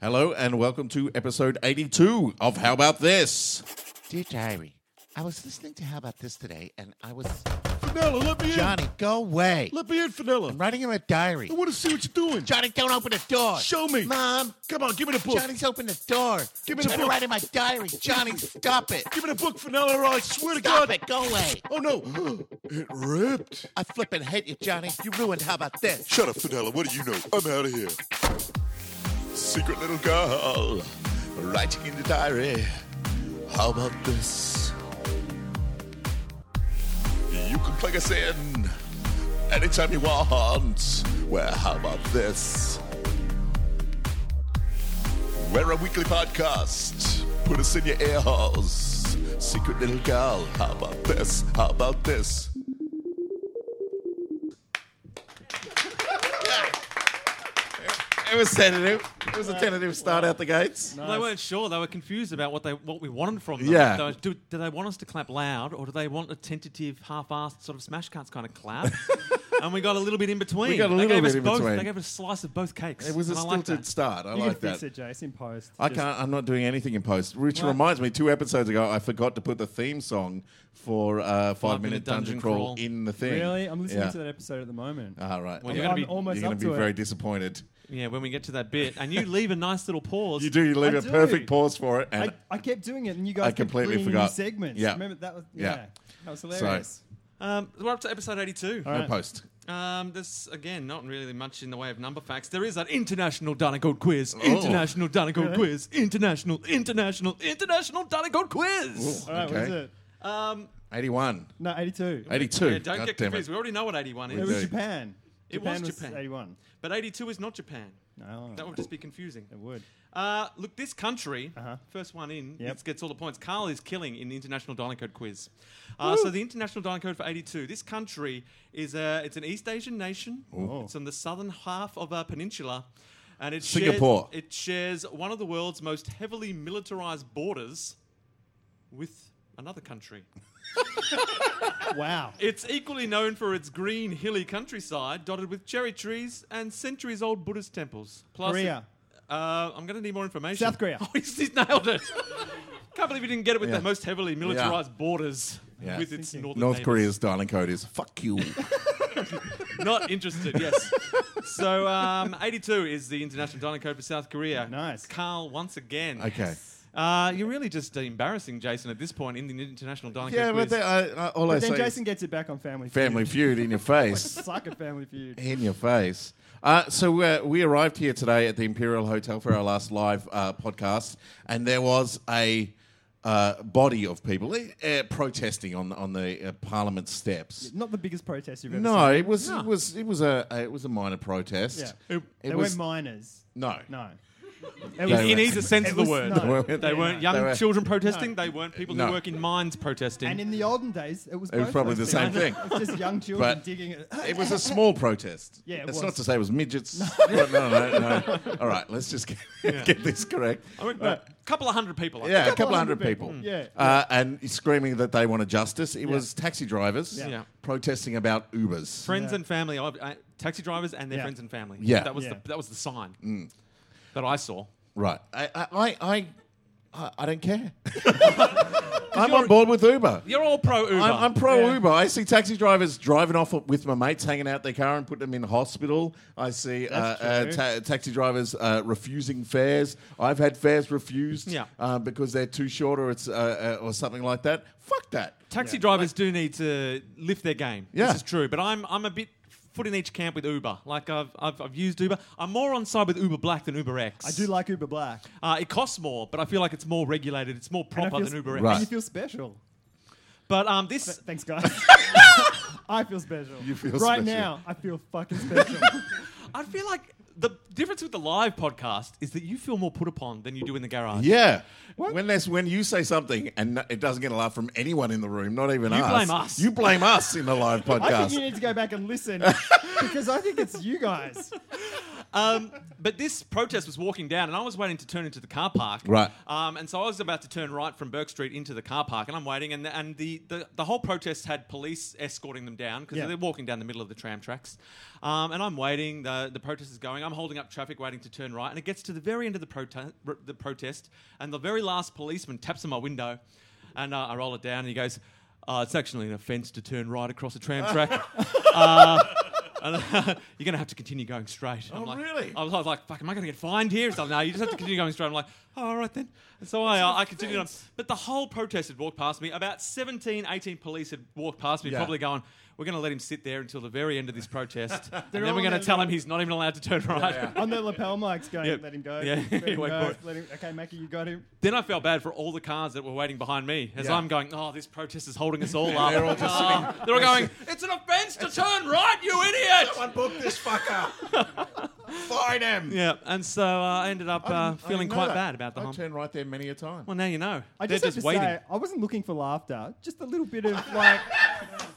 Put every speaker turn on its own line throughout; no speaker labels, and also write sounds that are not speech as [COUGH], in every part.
Hello and welcome to episode 82 of How About This?
Dear diary, I was listening to How About This today, and I was
Finella, let me
Johnny, go away.
Let me in, Finella.
I'm writing in a diary.
want to see what you're doing.
Johnny, don't open the door.
Show me.
Mom.
Come on, give me the book.
Johnny's opened the door.
Give me
I'm
the
trying
book.
to write in my diary. Johnny, stop it.
Give me the book, Finella, or I swear to
Stop it. Go away.
Oh no, it ripped.
I flippin' hate you, Johnny. You ruined How About This.
Shut up, Finella. What do you know? I'm out of here. Secret little girl, writing in the diary. How about this? You can plug us in anytime you want. Well, how about this? We're a weekly podcast. Put us in your ear holes. Secret little girl, how about this? How about this? It was tentative. It was a tentative start out the gates.
They weren't sure. They were confused about what they what we wanted from them.
Yeah.
They were, do, do they want us to clap loud, or do they want a tentative, half-assed sort of smash cuts kind of
[LAUGHS]
clap? and we got a little bit in between.
We got a
They
little
gave
bit
us
in
both,
between.
They gave us a slice of both cakes.
It was a
and I like
stilted
that.
start. I
You
like
can
that.
fix it, Jace, in post.
I
Just-
can't. I'm not doing anything in post. Which reminds me, two episodes ago, I forgot to put the theme song for uh, Five, Minute, Dungeon, Crawl, in the thing.
Really? I'm listening
Yeah.
to that episode at the moment.
All right.
Well,
Yeah. you're
you're gonna
I'm
be-
almost
going
up
to be
to
very
it.
disappointed.
Yeah, when we get to that bit,
[LAUGHS]
and you leave a nice little pause.
You do. You leave
I
a
do.
perfect pause for it, and
I, I kept doing it, and you guys
I
kept
completely
bringing in
forgot.
segments.
Yeah.
Remember that was
Yeah.
yeah, that was hilarious.
Um, we're up to episode eighty-two.
All
no post.
Um, there's again not really much in the way of number facts. There is that international Donegal quiz,
Oh.
international Donegal quiz, international, international, international Donegal quiz.
Ooh,
All right, what is
okay.
it?
Um,
81,
No, 82.
82.
yeah, don't
God
get
damn
confused.
It.
We already know what eighty-one is.
It
do.
was Japan.
It
Japan
was
was
Japan.
81.
But 82 is not Japan.
No,
That would just be confusing. [LAUGHS]
it would.
Uh, look, this country,
Uh-huh.
first one in,
Yep.
gets- gets all the points. Carl is killing in the International Dialing Code quiz. Uh, so the International Dialing Code for 82. This country is a, it's an East Asian nation.
Oh.
It's on the southern half of our peninsula. And it shares-
Singapore.
it shares one of the world's most heavily militarized borders with another country.
Wow.
It's equally known for its green, hilly countryside, dotted with cherry trees and centuries-old Buddhist temples. Plus,
Korea.
Uh, I'm going to need more information.
South Korea.
[LAUGHS] Oh, he's, he's nailed it. Can't believe you didn't get it with
Yeah.
the most heavily militarized borders
Yeah.
with its northern
North
neighbours.
Korea's dialing code is fuck [LAUGHS] you.
Not interested. Yes. [LAUGHS] so, um, 82 is the international dialing code for South Korea.
Nice.
Carl, once again.
Okay.
Uh, you're really just embarrassing Jason at this point in the international dialing
[LAUGHS] yeah,
code
but
quiz.
then, I, I, all I
But then
say
Jason
is
gets it back on Family [LAUGHS]
Family Feud in your face. [LAUGHS]
Feud. Suck at Family Feud.
in your face. Uh, so uh, we arrived here today at the Imperial Hotel for our last live uh, podcast, and there was a uh, body of people uh, protesting on on the uh, Parliament steps.
Not the biggest protest you've ever
No,
seen.
it was it was it was a, a it was a minor protest.
Yeah.
It,
They
was
weren't minors.
no
No.
They
in
were-
either sense
It
of the
was-
word.
no.
weren't-
They
Yeah,
weren't
no.
young
They were-
children protesting. They weren't people
No.
who work in mines protesting.
And in the olden days, it was.
was
both
probably
those
the
things.
same thing.
[LAUGHS] It was just young children
[LAUGHS] But-
digging it.
It was a small protest.
Yeah, it
that's
was.
not to say it was midgets. no, no, no, no. All right, let's just get, get this correct.
I went back. A couple of hundred people. I
Yeah, a
think.
couple hundred people.
Yeah.
Uh, and screaming that they wanted justice. It was taxi drivers
Yeah.
Yeah.
protesting about Ubers.
Friends
Yeah.
and family. I, I, taxi drivers and their
Yeah.
friends and family.
Yeah. Mm.
That was,
Yeah.
The, that was the sign that I saw.
right. I, I, I, I, I- I don't care. I'm on board with Uber.
You're all pro Uber.
I'm, I'm pro
Yeah.
Uber. I see taxi drivers driving off with my mates, hanging out their car and putting them in hospital. I see uh, uh,
true.
ta- taxi drivers uh, refusing fares. I've had fares refused
Yeah.
uh, because they're too short or it's uh, uh, or something like that. Fuck that.
taxi drivers do need to lift their game.
Yeah.
This is true. But I'm, I'm a bit foot in each camp with Uber. Like, I've, I've, I've used Uber. I'm more on side with Uber Black than Uber X.
I do like Uber Black.
Uh, it costs more, but I feel like it's more regulated. It's more
And I
proper
feel
than
s-
Uber X.
Right.
And you feel special.
But um, this.
Thanks, [LAUGHS] guys. I feel special. You
feel special.
right now. I feel fucking
[LAUGHS]
special.
I feel like the difference with the live podcast is that you feel more put upon than you do in the garage.
Yeah. When that's when you say something and it doesn't get a laugh from anyone in the room, not even
You
us.
blame us.
You blame
[LAUGHS]
us in the live
I think
podcast. [LAUGHS]
you need to go back and listen because I think it's you guys.
Um, but this protest was walking down, and I was waiting to turn into the car park.
Right.
Um, and so I was about to turn right from Burke Street into the car park, and I'm waiting. And the, and the, the, the whole protest had police escorting them down because
Yeah.
they're walking down the middle of the tram tracks. Um, and I'm waiting. The, the protest is going. I'm holding up traffic, waiting to turn right. And it gets to the very end of the, prote- r- the protest, and the very last policeman taps on my window, and uh, I roll it down, and he goes, uh, It's actually an offence to turn right across a tram track. uh, and, [LAUGHS] you're going to have to continue going straight. And
Oh,
I'm like-
really?
I was, I was like, fuck, am I going to get fined here? So, no, you just have to continue going straight. I'm like, oh, all right then. And so I, I, I continued on. But the whole protest had walked past me. About 17, 18 police had walked past me,
Yeah.
probably going, we're going to let him sit there until the very end of
[LAUGHS]
this protest. and then
all
we're going
there,
to tell
though.
him he's not even allowed to turn right.
On the lapel mics going,
Yep.
let him go.
Yeah,
let [LAUGHS] him
wait
go,
for it.
let him- okay, Mackie, you got him.
[LAUGHS] then I felt bad for all the cars that were waiting behind me as
Yeah.
I'm going, oh, this protest is holding us all up.
they're all just
Ah, [LAUGHS] they're all going, it's an offence to turn right,
[LAUGHS]
you idiot!
Someone book this fucker. [LAUGHS] Fine him.
Yeah, and so uh, I ended up uh, feeling quite bad about the
I
whole.
turned right there many a time.
Well, now you know.
I
They're
just,
just,
have to
waiting.
say, I wasn't looking for laughter. Just a little bit of like,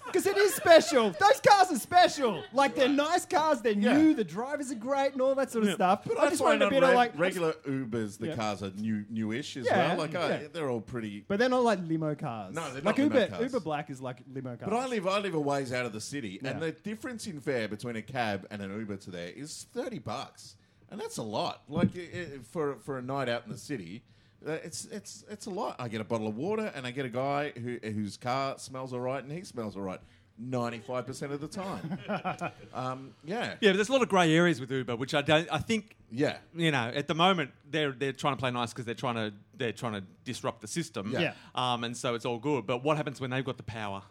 because it is special. Those cars are special. Like they're nice cars. They're
Yeah.
new. The drivers are great and all that sort of
Yeah.
stuff. But I
That's
just
why
wanted a
on
bit
reg-
of like
regular Ubers, the
Yeah.
cars are new, newish as
Yeah,
well. Like I,
yeah.
they're all pretty.
But they're not like limo cars.
No, they're not
like
limo
Uber.
cars.
Uber Black is like limo cars.
But I live, I live a ways out of the city, and
Yeah.
the difference in fare between a cab and an Uber to there is thirty bucks, and that's a lot. Like i i for for a night out in the city, uh, it's it's it's a lot. I get a bottle of water, and I get a guy who whose car smells all right, and he smells all right. 95% of the
[LAUGHS]
time. um, yeah.
Yeah, but there's a lot of grey areas with Uber, which I don't. I think
Yeah.
you know at the moment they're they're trying to play nice because they're trying to they're trying to disrupt the system.
Yeah.
Yeah.
Um, and so it's all good. But what happens when they've got the power?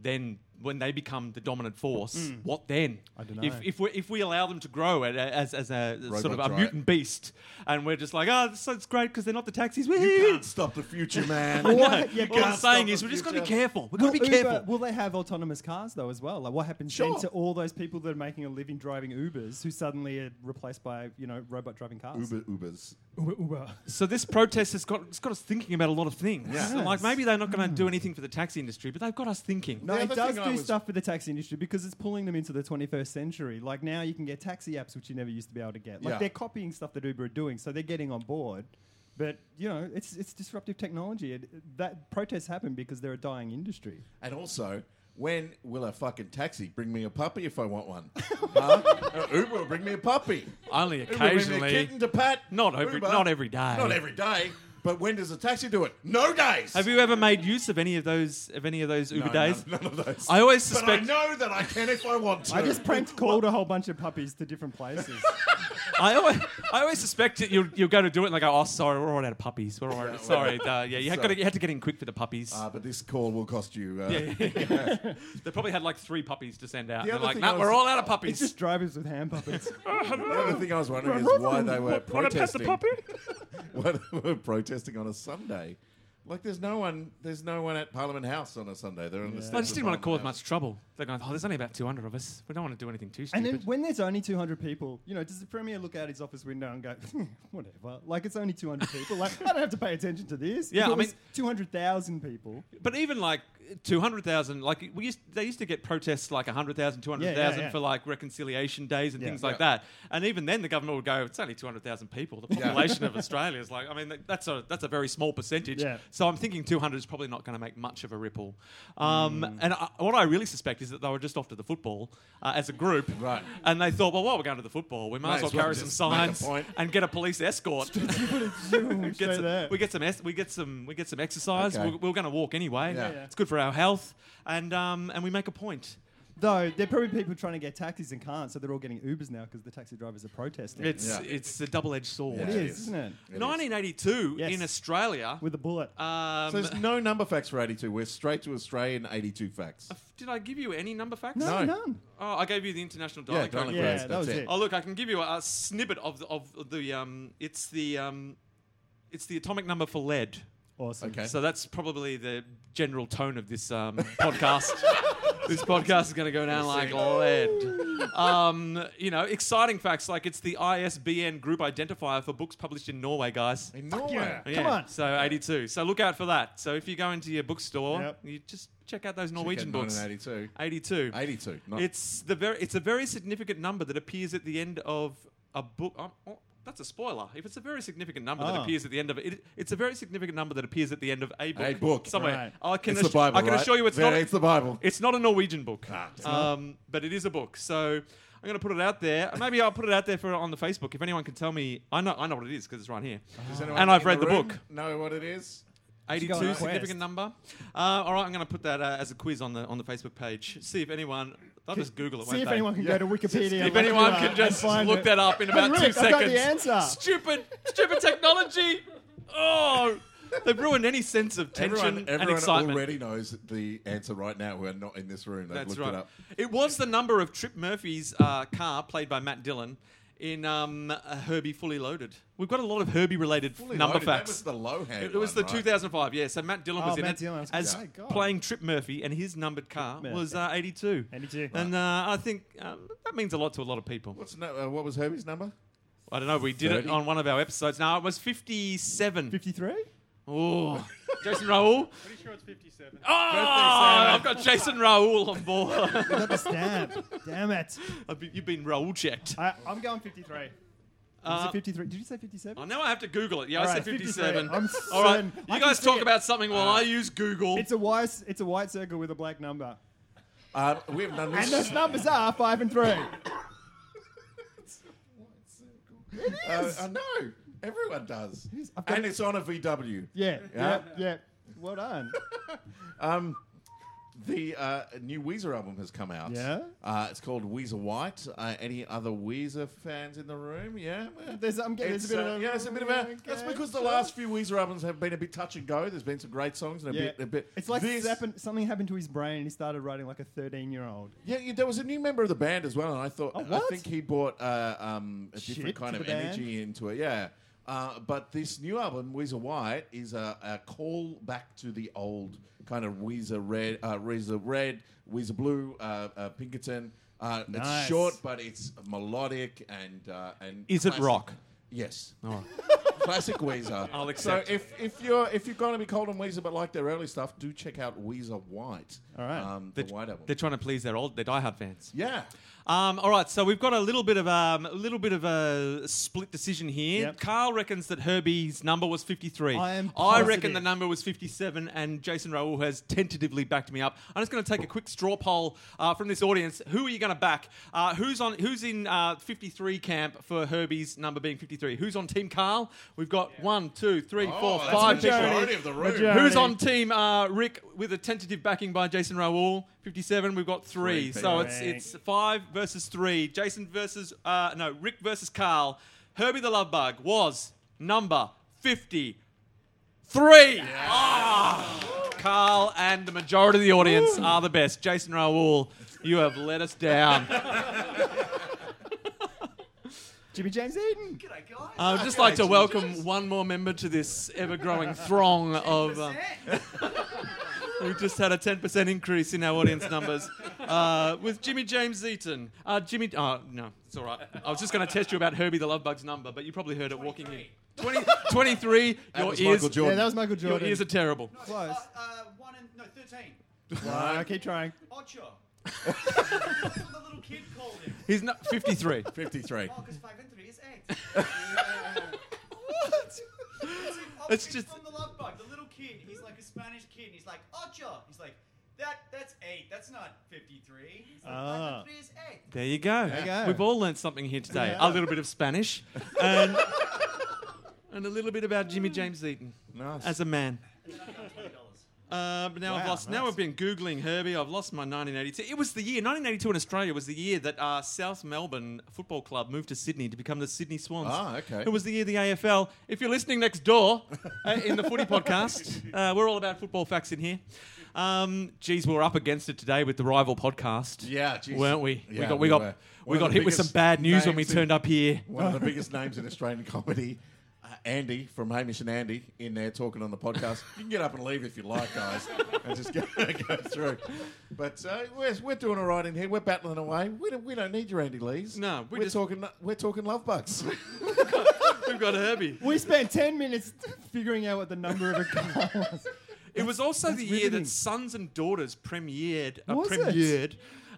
Then when they become the dominant force, what then? I
Hmm. don't
If
know.
if we if we allow them to grow at- as as a sort of a
giant.
mutant beast, and we're just like, oh, so it's great because they're not the taxis. [LAUGHS] Woo-hoo."
You can't stop the future, man.
[LAUGHS] What?
No,
You
what I'm
can't stop
saying
the
is, we just got to be
future.
careful. We've got to be
Uber-
careful.
Will they have autonomous cars though as well? Like what happens
Sure.
then to all those people that are making a living driving Ubers who suddenly are replaced by you know robot driving cars?
Uber, Ubers.
Uber. Uber.
So this protest has got, it's got us thinking about a lot of things.
Yeah.
And, Like
Yes.
maybe they're not going to do anything for the taxi industry, but they've got us thinking.
No,
The
it
other
does
thing I
do
was-
stuff for the taxi industry because it's pulling them into the 21st century. Like now you can get taxi apps which you never used to be able to get. Like
Yeah.
they're copying stuff that Uber are doing, so they're getting on board. But you know, it's it's disruptive technology. It, that protests happen because they're a dying industry.
And also, when will a fucking taxi bring me a puppy if I want
[LAUGHS]
one? huh? Uh, Uber will bring me a puppy.
Only
Uber will bring me a
occasionally.
kitten to pat.
Not every-
Uber,
not every day.
Not every day. But when does a taxi do it? No days.
Have you ever made use of any of those of any of those Uber
no,
days?
None, none of those.
I always
but I
suspect.
know that I can if I want to.
I just pranked called a whole bunch of puppies to different [LAUGHS] places.
I always, I always suspect that you'll you'll go to do it and they go, oh sorry, we're all out of puppies. We're all out of, sorry, uh, yeah, you had, got to, you had to get in quick for the puppies.
Ah, but this call will cost you. Uh,
yeah, yeah, yeah. they probably had like three puppies to send out.
The
They're
other
like,
thing
no,
I was-
we're all out of
it's
puppies.
just drivers with hand puppets.
The other thing I was wondering is why they were protesting. [LAUGHS] why they were protesting on a Sunday. Like there's no one, there's no one at Parliament House on a Sunday. They're on the.
I
steps
just
of
didn't want to cause
Parliament House.
much trouble. They're going, oh, there's only about 200 of us. We don't want to do anything too
[LAUGHS] And
stupid.
then when there's only 200 people, you know, does the Premier look out his office window and go, [LAUGHS] "Hmm, whatever? Like, it's only 200 people. Like, I don't have to pay attention to this.
Yeah,
if it
I mean-
was 200,000 people.
But even like two hundred thousand, like we used, they used to get protests like 100,000, 200,000
Yeah, yeah, yeah.
for like reconciliation days and
Yeah.
things
Yeah.
like that. And even then, the government would go, "It's only two hundred thousand people. The
[LAUGHS]
population of Australia is like, I mean, that- that's a that's a very small percentage.
Yeah.
So I'm thinking two hundred is probably not going to make much of a ripple. Um,
Mm.
And I, what I really suspect is that they were just off to the football uh, as a group,
Right.
And they thought, well, while we're going to the football, we might
Might
as well
as well
carry some
just make a
signs
point.
and get a police escort.
Straight
Get some-
there.
[LAUGHS] we get some es- we get some we get some exercise.
Okay.
We're, we're going to walk anyway.
Yeah. Yeah.
It's good for our health, and um, and we make a point.
Though, there are probably people trying to get taxis and can't, so they're all getting Ubers now because the taxi drivers are protesting.
It's
Yeah.
it's a double edged sword.
Yeah.
It
It
is,
is.
isn't it?
is.
1982
Yes.
in Australia.
With a bullet.
um,
So there's no number facts for 82. We're straight to Australian 82 facts.
did I give you any number facts?
no.
no, none.
Oh, I gave you the international
Yeah,
dialect.
Darling
Yeah,
Grace,
that
that's
was
it.
it.
Oh look, I can give you a, a snippet of the, of the um. It's the um. It's the atomic number for lead.
Awesome.
Okay.
So that's probably the general tone of this um, podcast. this podcast is going to go down like lead. Um, you know, exciting facts like it's the ISBN group identifier for books published in Norway, guys.
In Norway.
Come on.
So 82. So look out for that. So if you go into your bookstore,
Yep.
you just check out those Norwegian
Chicken,
books.
1982.
82.
82. Not
It's the very it's a very significant number that appears at the end of a book. Um, oh, that's a spoiler. If it's a very significant number that
Ah.
appears at the end of it, it's a very significant number that appears at the end of a book.
A book.
somewhere.
Right.
I can,
It's the
assu-
Bible,
I can
right?
assure you, it's
Yeah,
not.
it's the Bible.
It's not a Norwegian book,
Ah, it's
um, but it is a book. So I'm going to put it out there. Maybe I'll put it out there for on the Facebook. If anyone can tell me, I know I know what it is because it's right here.
Does anyone
And I've
in
read the,
room
book.
Know what it is?
82
Let's go on a quest.
significant number. Uh, all right, I'm going to put that uh, as a quiz on the on the Facebook page. See if anyone. I'll just Google it.
See
won't
if
they?
anyone can go to Wikipedia. and
If
look
anyone
it up
can
and
just
find
look
it.
that up in about
Rick,
two
I've
seconds.
got the answer.
Stupid, stupid technology. Oh, they've ruined any sense of tension
Everyone,
and
everyone
excitement.
already knows the answer right now. We're not in this room. They've
That's
looked
right.
it
It,
up.
was the number of Trip Murphy's uh, car, played by Matt Dillon, in um, Herbie Fully Loaded. We've got a lot of Herbie-related
Fully
number
loaded,
facts.
That was the low hand.
It was the
one, right?
2005, yeah. So Matt Dillon
Oh,
was in
Matt
it
Dillon, that's
as
good. Oh, God.
playing Trip Murphy, and his numbered car
Murphy.
was uh, 82.
82.
And uh, I think um, that means a lot to a lot of people.
What's no, uh, what was Herbie's number?
I don't know. We did
30?
it on one of our episodes. No, it was 57.
53? [LAUGHS]
Oh, Jason Raul.
Pretty sure it's 57.
Oh, I've got Jason Raul on
[LAUGHS]
board.
Got the stamp.
[LAUGHS]
Damn it.
I've been- You've been Raul checked.
I, I'm going 53. Was
Uh,
it 53? Did you say 57?
Oh, now I have to Google it. Yeah, I said
Alright,
57.
53. I'm
All right,
certain. I
you
can
guys
see
talk
it. Uh,
about something while I use Google.
It's a white, it's a white circle with a black number.
Um, we have done
And
this.
those numbers are 5 and 3.
Uh, I know. Everyone does.
is. I've got
And it's on a VW.
Yeah,
Yeah.
yeah, yeah. Well done.
Um, the uh, new Weezer album has come out.
Yeah?
Uh, it's called Weezer White. Uh, any other Weezer fans in the room? Yeah.
There's, I'm getting,
It's,
there's a bit
uh,
of a,
yeah, it's a bit of a. that's
Okay,
because the
sure.
last few Weezer albums have been a bit touch and go. There's been some great songs and a
Yeah.
bit, a bit.
It's like
this,
this happened, something happened to his brain and he started writing like a 13 year old.
Yeah, yeah, there was a new member of the band as well, and I thought
Oh,
I
what?
think he brought uh, um, a
Shit
different kind
to
of
the band?
energy into it. Yeah, uh, but this new album, Weezer White, is a, a call back to the old kind of Weezer Red, uh, Weezer Red, Weezer Blue, uh, uh, Pinkerton. Uh, It's
Nice.
short, but it's melodic and uh, and
Is it rock?
Yes. [LAUGHS]
Oh.
Classic Weezer.
I'll accept.
So if, if you're if you're going to be cold on Weezer but like their early stuff, do check out Weezer White.
All right.
Um, the,
they're,
White album.
they're trying to please their old, their diehard fans.
yeah.
Um, all right, so we've got a little bit of um, a little bit of a split decision here.
Yep.
Carl reckons that Herbie's number was fifty-three.
I am
I reckon
positive.
the number was fifty-seven, and Jason Raoul has tentatively backed me up. I'm just going to take a quick straw poll uh, from this audience. Who are you going to back? Uh, who's on? Who's in uh, fifty-three camp for Herbie's number being fifty-three? Who's on Team Carl? We've got one, two, three, four,
Oh,
five.
that's a
people.
majority of the room.
Majority.
Who's on team uh, Rick with a tentative backing by Jason Raoul? 57. We've got three.
Three
so
people.
it's it's five versus three. Jason versus, uh, no, Rick versus Carl. Herbie the Love Bug was number 53. Ah! Carl and the majority of the audience are the best. Jason Raoul, you have let us down.
Jimmy James Eden.
I would just like to welcome one more member to this ever-growing throng of. Um, we just had a 10% increase in our audience numbers uh, with Jimmy James Eaton. Uh, Jimmy, oh no, it's all right. I was just going to test you about Herbie the Love Bug's number, but you probably heard it walking in. 20, 23.
That
your
was Michael
ears,
Jordan.
Yeah, that was Michael
your
Jordan.
ears are terrible.
[LAUGHS]
Close.
Uh, uh, 1 and, no, 13.
Wow, keep trying.
Ocho. That's what the little kid called him.
He's not 53.
53.
Oh, because 5 and 3 is 8. what?
It's
It's
just-
just from the love bug. The little kid, he's like a Spanish kid. and He's like, Ocho. He's like, that, that's 8. That's not 53. He's like, 5
Ah.
and 3 is 8.
There you go.
you go.
We've all learnt something here today.
Yeah.
A little bit of Spanish and, and a little bit about Jimmy James Eaton
Nice.
as a man.
$20.
Uh, but now I've
Wow,
lost. Now
nice.
I've been googling Herbie. I've lost my 1982. It was the year 1982 in Australia was the year that uh, South Melbourne Football Club moved to Sydney to become the Sydney Swans.
Ah, okay.
It was the year the AFL. If you're listening next door uh, in the
[LAUGHS]
Footy Podcast, uh, we're all about football facts in here. Um, geez, we were up against it today with the rival podcast.
Yeah, geez.
weren't we? we
Yeah,
got
we
we got
were. One
we
of
got
the
hit with some
biggest
bad news when we
names in-
turned
[LAUGHS]
up here.
One
[LAUGHS]
of the biggest names in Australian comedy, uh, Andy from Hamish and Andy, in there talking on the podcast. You can get up and leave if you like, guys, and just go, [LAUGHS] go through. But uh, we're, we're doing all right in here. We're battling away. We don't, we don't need your Andy Lees.
No, we
we're
just-
talking we're talking love [LAUGHS] bucks.
We've got Herbie.
We spent 10 minutes [LAUGHS] figuring out what the number of a [LAUGHS] car was.
It was also the year that
riveting.
Sons and Daughters premiered. Uh,
Was it?
premiered.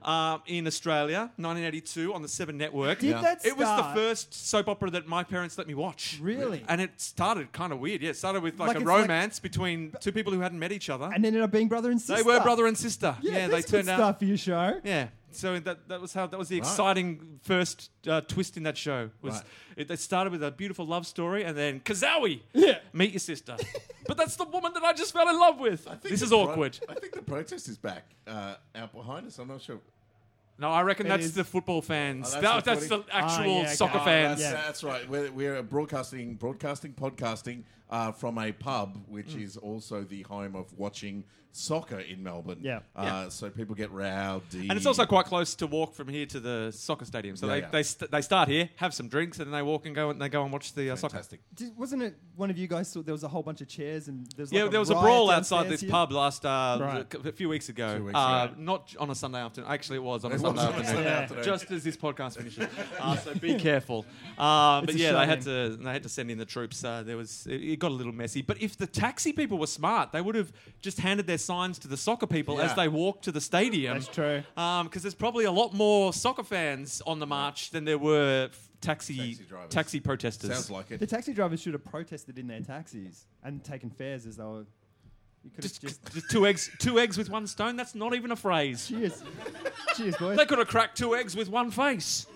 um, in Australia, 1982, on the Seven Network.
Did
Yeah.
that
It was the
start-
first soap opera that my parents let me watch.
Really?
And it started kind of weird. Yeah, it started with like,
Like
a
it's like-
romance between two people who hadn't met each other.
and ended up being brother and
they
sister.
were brother and sister. Yeah, they
that's good
turned out.
stuff for your show.
Yeah. So that that was how that was the exciting first uh, twist in that show. Was
Right.
it, it started with a beautiful love story and then Kazawi,
Yeah.
meet your sister. [LAUGHS] but that's the woman that I just fell in love with.
I think
This
the
is
pro-
awkward.
I think the protest is back uh, out behind us. I'm not sure.
No, I reckon
It
that's
is-
the football fans.
Oh, that's
That- that's,
the
the actual
yeah, okay.
soccer
Oh,
fans.
That's,
Yeah.
that's right. We're, we're a broadcasting, broadcasting, podcasting uh, from a pub, which
Mm.
is also the home of watching soccer in Melbourne.
Yeah.
Uh, So people get rowdy.
And it's also quite close to walk from here to the soccer stadium. So
Yeah,
they,
yeah.
They, st- they start here, have some drinks, and then they walk and go and they go and watch the uh, soccer.
fantastic.
Did, wasn't it one of you guys saw there was a whole bunch of chairs and there was like
yeah, there was a
riot
brawl outside
downstairs
this
here?
pub last uh,
Right.
a few weeks ago.
Two weeks
uh,
ago.
Not on a Sunday afternoon. Actually, it was on a
It was
Sunday
on a
afternoon.
Sunday
Yeah.
afternoon.
Just as this podcast finishes. Uh, so be careful. Uh, but
It's a
yeah, they had
shame.
to they had to send in the troops. Uh, there was it, it got a little messy. But if the taxi people were smart, they would have just handed their signs to the soccer people
Yeah.
as they walked to the stadium.
That's true.
Because there's probably a lot more soccer fans on the march than there were f- taxi
Taxi
taxi,
drivers.
protesters.
Sounds like
The
it.
taxi drivers should have protested in their taxis and taken fares as they were. You could have
just,
just.
just, two eggs, two eggs with one stone. That's not even a phrase.
Cheers. Cheers, boys.
They could have cracked two eggs with one face.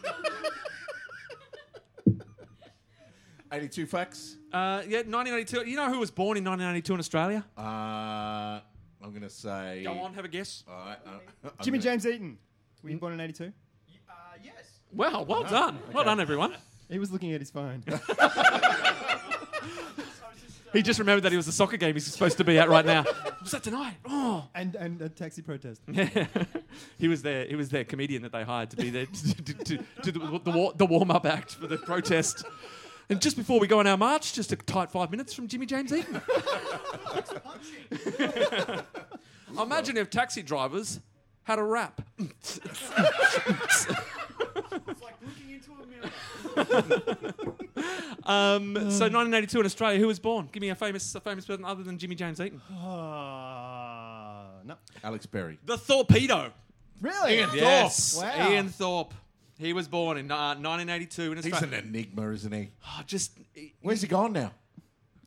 82 facts.
Uh, yeah, 1982. You know who was born in 1982 in Australia?
Uh, I'm going to say.
Go on, have a guess.
All right, uh, I'm
Jimmy
gonna-
James Eaton. Were you born in 82?
Y- Uh, yes.
Wow, well done, well done, everyone.
He was looking at his phone.
[LAUGHS]
I was just, uh,
He just remembered that he was the soccer game he's supposed to be at right now. [LAUGHS] Was that tonight? Oh,
and, and a taxi protest.
[LAUGHS] he was their he was their comedian that they hired to be there [LAUGHS] to, to, to, to the, the, war, the warm up act for the protest. And just before we go on our march, just a tight five minutes from Jimmy James Eaton. [LAUGHS]
punching.
Imagine if taxi drivers had a rap. [LAUGHS]
It's like looking into a mirror.
Um, so 1982 in Australia, who was born? Give me a famous a famous person other than Jimmy James Eaton.
Ah, no.
Alex Berry.
The Torpedo.
Really?
Yes,
Wow.
Ian Thorpe. He was born in uh, 1982 in
He's an
Australia.
enigma, isn't he?
Oh, just he-
Where's he gone now?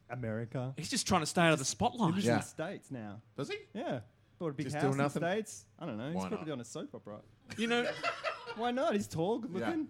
America.
he's just trying to stay out of the
He's
spotlight.
Yeah.
in the States now.
Does he?
Yeah. Bought a big
Just
house
doing
in the
nothing?
States. I don't know. He's
Why not?
probably on a soap opera.
You know.
Why not? He's tall, good
Yeah.
looking.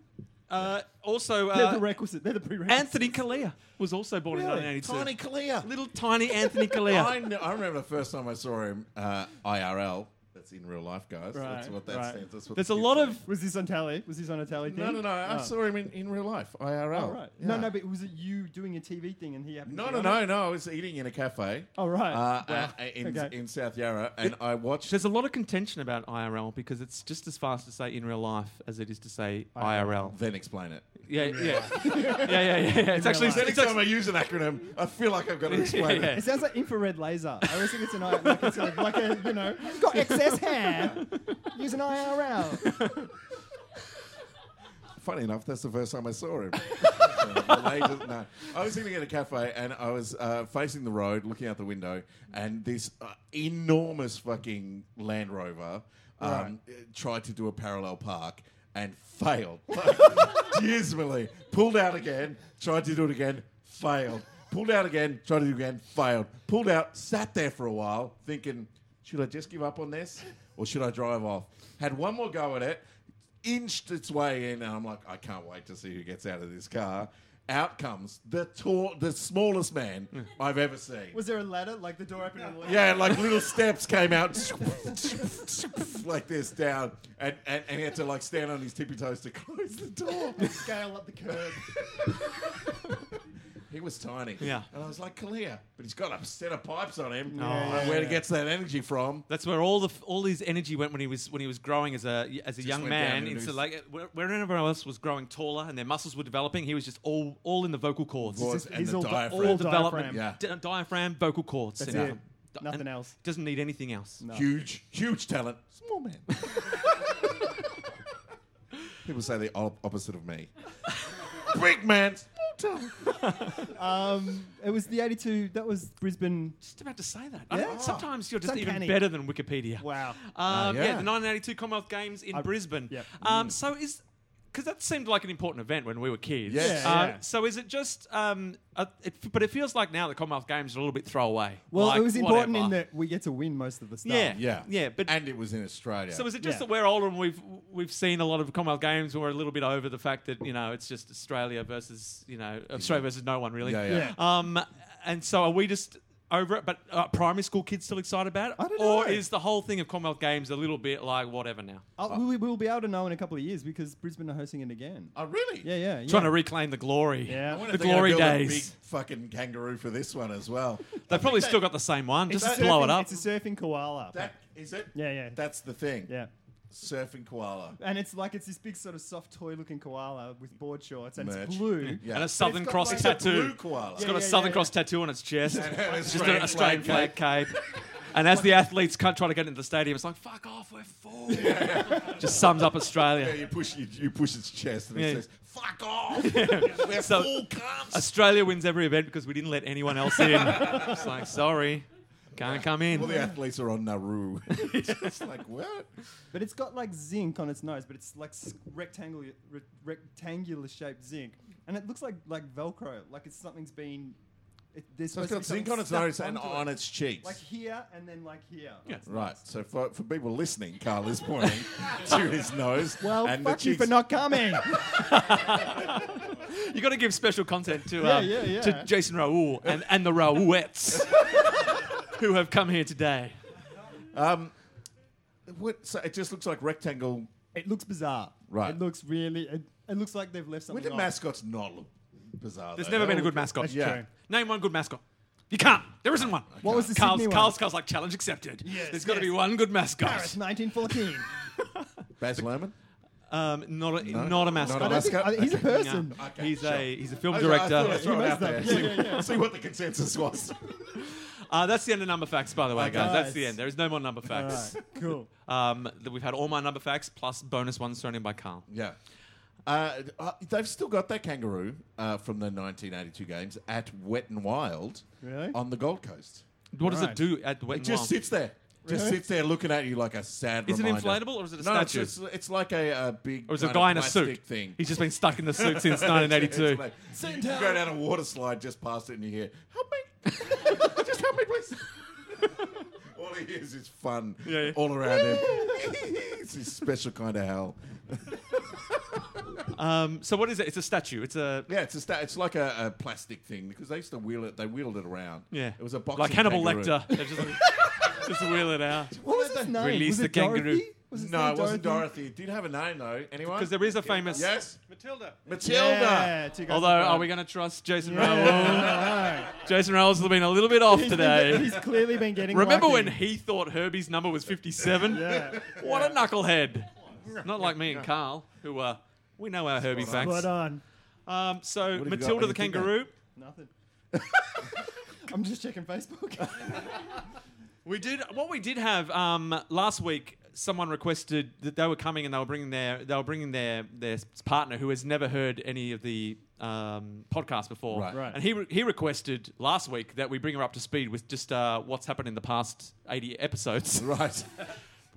Uh, also,
They're the
uh,
requisite. They're the prerequisites.
Anthony Kalia was also born
Really?
in 1982.
Tiny Kalia.
[LAUGHS] Little tiny Anthony
I,
[LAUGHS]
Kalia.
kn- I remember the first time I saw him uh, IRL. That's in real life, guys. That's
Right,
what that
right.
stands. That's what
There's
the
a
kids
lot
say.
of.
Was this on tally? Was this on a tally thing?
No, no, no. I
Oh.
saw him in, in real life, IRL.
Oh, right. No, no, but was it you doing a TV thing and he happened
no,
to
no,
be on
no,
it?
no. I was eating in a cafe.
Oh, right.
Uh,
Wow.
uh, in,
Okay.
in South Yarra, and I watched.
There's a lot of contention about IRL because it's just as fast to say in real life as it is to say IRL.
Then explain it.
Yeah, yeah, yeah, yeah, yeah. yeah. It's actually
life.
Every
it's,
time
actually-
I use an acronym, I feel like I've got
[LAUGHS]
to explain
Yeah.
it.
It sounds like infrared laser. I always think it's an I like, it's a, like a you know you've [LAUGHS] got excess hair. Use an IRL.
Funny enough, that's the first time I saw him. [LAUGHS] Uh, they just- no. I was sitting in a cafe and I was uh, facing the road, looking out the window, and this uh, enormous fucking Land Rover um, uh tried to do a parallel park and failed. [LAUGHS] Like, dismally. Pulled out again, tried to do it again, failed. Pulled out again, tried to do it again, failed. Pulled out, sat there for a while, thinking, should I just give up on this or should I drive off? Had one more go at it inched its way in, and I'm like, I can't wait to see who gets out of this car. Out comes the tall, the smallest
[LAUGHS]
man I've ever seen.
Was there a ladder? Like the door opened and a ladder?
yeah, like little steps came out [LAUGHS] like this down, and, and, and he had to like stand on his tippy toes to [LAUGHS] close the door. [LAUGHS]
Scale up the curb.
He was tiny.
Yeah.
And I was like, Kalia. But he's got a set of pipes on him.
Yeah,
Where he
Oh, yeah.
gets that energy from.
that's where all the f- all his energy went when he was when he was growing as a as a young
went down
man.
into
Into
his-
like uh, where- wherever everyone else was growing taller and their muscles were developing, he was just all all in the vocal cords.
Voice
just-
and
he's
the
all di-
diaphragm.
all
All
development,
diaphragm.
Yeah.
di- diaphragm, vocal cords.
That's
and
it.
nothing. Di-
Nothing
and
else.
Doesn't need anything else.
No.
Oh. Huge, huge talent. Small [LAUGHS] man. People say the op- opposite of me. [LAUGHS] Big man. Small doctor.
Um, it was the 82, that was Brisbane.
Just about to say that. I-
Yeah.
sometimes you're just
It's uncanny.
even better than Wikipedia.
Wow.
Um,
Uh, yeah.
yeah. the 1982 Commonwealth Games in
I-
Brisbane.
yep.
Um, so is because that seemed like an important event when we were kids.
Yes.
Yeah,
Uh,
yeah.
So is it just? Um, a, it, but it feels like now the Commonwealth Games are a little bit throwaway.
Well,
Like,
it was important in
whatever.
that we get to win most of the stuff.
Yeah.
Yeah.
Yeah, but-
and it was in Australia.
So is it just
Yeah.
that we're older and we've we've seen a lot of Commonwealth Games and we're a little bit over the fact that you know it's just Australia versus you know Australia versus no one really.
Yeah, yeah.
Um, and so are we just over it? But are primary school kids still excited about it,
I don't
or
know.
is the whole thing of Commonwealth Games a little bit like whatever now?
Uh, we will be able to know in a couple of years because Brisbane are hosting it again.
Oh, really?
Yeah, yeah. yeah.
Trying to reclaim the glory.
I
Yeah. I
wonder
The
if
The
they're gonna
glory
build a
days.
big fucking kangaroo for this one as well.
They've probably still got the same one.
It's
Just
a
blow
surfing-
it up.
It's a surfing koala.
That is it.
Yeah, yeah.
That's the thing.
yeah.
Surfing koala.
And it's like it's this big sort of soft toy looking koala with board shorts and
Merch.
it's blue.
Yeah.
And a Southern
got
Cross
like a
Blue
tattoo.
koala.
It's got a
yeah,
Southern
yeah,
Cross tattoo on its
[LAUGHS]
chest. It's just
Australian
an Australian flag cape. And as the athletes can't try to get into the stadium, it's like, fuck off, we're fools. Just sums up
Yeah,
Australia.
you push you, you push its chest and it
Yeah.
says, "Fuck
[LAUGHS]
off! We're
So-
full cunts."
Australia wins every event because we didn't let anyone else in. It's like, sorry, can't come
All
in.
the athletes are on [LAUGHS] Nauru. it's like what?
But it's got like zinc on its nose, but it's like s- rectangular, re- rectangular shaped zinc, and it looks like like Velcro, like it's something's been. It, there's
So it's got
supposed to be
zinc
something
on its
stuck
nose and
onto
on
it.
its cheeks.
like here and then like here. on
Yeah.
its
Right.
nose.
So for, for people listening, Carl is
[LAUGHS]
pointing to his nose.
Well,
and
fuck
the
you
cheeks.
for not coming.
[LAUGHS]
you got to give special content to,
Yeah,
uh,
yeah, yeah.
to Jason Raoul and, and the
[LAUGHS]
Raoulettes who have come here today.
What, so it just looks like rectangle.
it looks bizarre.
Right.
It looks really. It, it looks like they've left
When
something.
did
off.
mascots not look bizarre?
There's
though?
never
They
been a
all-
good mascot.
Yeah.
true.
Name one good mascot. You can't. There isn't one.
What was the
Carl's,
Sydney one?
Carl's, Carl's like challenge accepted.
Yes,
There's got to
yes.
be one good mascot.
Paris, 1914.
Baz Luhrmann.
Um, not a,
No?
not a
Not a
I
mascot.
don't think,
mascot?
I-
[LAUGHS]
he's a
Okay.
person.
Yeah. Okay,
he's a he's a film
I thought- I thought I'd
director.
throw it
He
out there.
must
See,
have. Yeah, yeah, yeah.
see what the consensus
[LAUGHS]
was.
[LAUGHS] Uh, that's the end of number facts, by the way, guys. That's the
Nice.
end. There is no more number
All
facts.
right. Cool.
Um, th- we've had all my number facts plus bonus ones thrown in by Carl.
Yeah. Uh, uh, they've still got that kangaroo uh, from the 1982 games at Wet and Wild
Really?
on the Gold Coast.
What does it
Right.
do at Wet
It
n
just
Wild?
sits there. Just
Really?
sits there looking at you like a sad
Is it
reminder.
inflatable or is it a
no,
statue?
It's, it's, it's like a, uh big
Or is it a
kind of
guy in a
plastic
suit?
thing.
He's just been stuck in the
[LAUGHS]
suit [LAUGHS]
It's
since 1982.
like- you go down a water slide just past it and you hear, help
[LAUGHS]
me. just help me, please. [LAUGHS] all he hears is fun
Yeah, yeah.
all around
[LAUGHS]
him. it's his special kind of hell.
Um, so what is it? It's a statue. It's a
Yeah, it's a sta- it's like a, a plastic thing because they used to wheel it. They wheeled it around.
yeah.
it was a boxing
like Hannibal
kangaroo.
Lecter. They're just, like, [LAUGHS] just wheel it out.
What was his name?
Release
was
the
it
kangaroo.
Dorothy? Was his
No,
name
it wasn't
Dorothy.
Dorothy. It did have a name though. Anyone?
Because there is a famous.
yes,
Matilda.
Matilda.
Yeah, two guys
Although,
in front.
are we going to trust Jason Raoul?
[LAUGHS] Yeah, all right.
Jason Raoul's been a little bit [LAUGHS] off
He's been get-
today.
he's clearly been getting.
Remember
lucky.
when he thought Herbie's number was 57?
Yeah.
What a knucklehead. Not like me and Carl, who, uh, we know our Herbie facts.
But on.
Um, so,
uh, What have you got?
Matilda the
Anything there?
kangaroo.
Nothing. [LAUGHS] I'm just checking Facebook.
We did what we did have um, last week. Someone requested that they were coming and they were bringing their they were bringing their their s- partner who has never heard any of the um, podcast before.
Right.
Right.
And he re- he requested last week that we bring her up to speed with just uh, what's happened in the past eighty episodes.
Right.
We-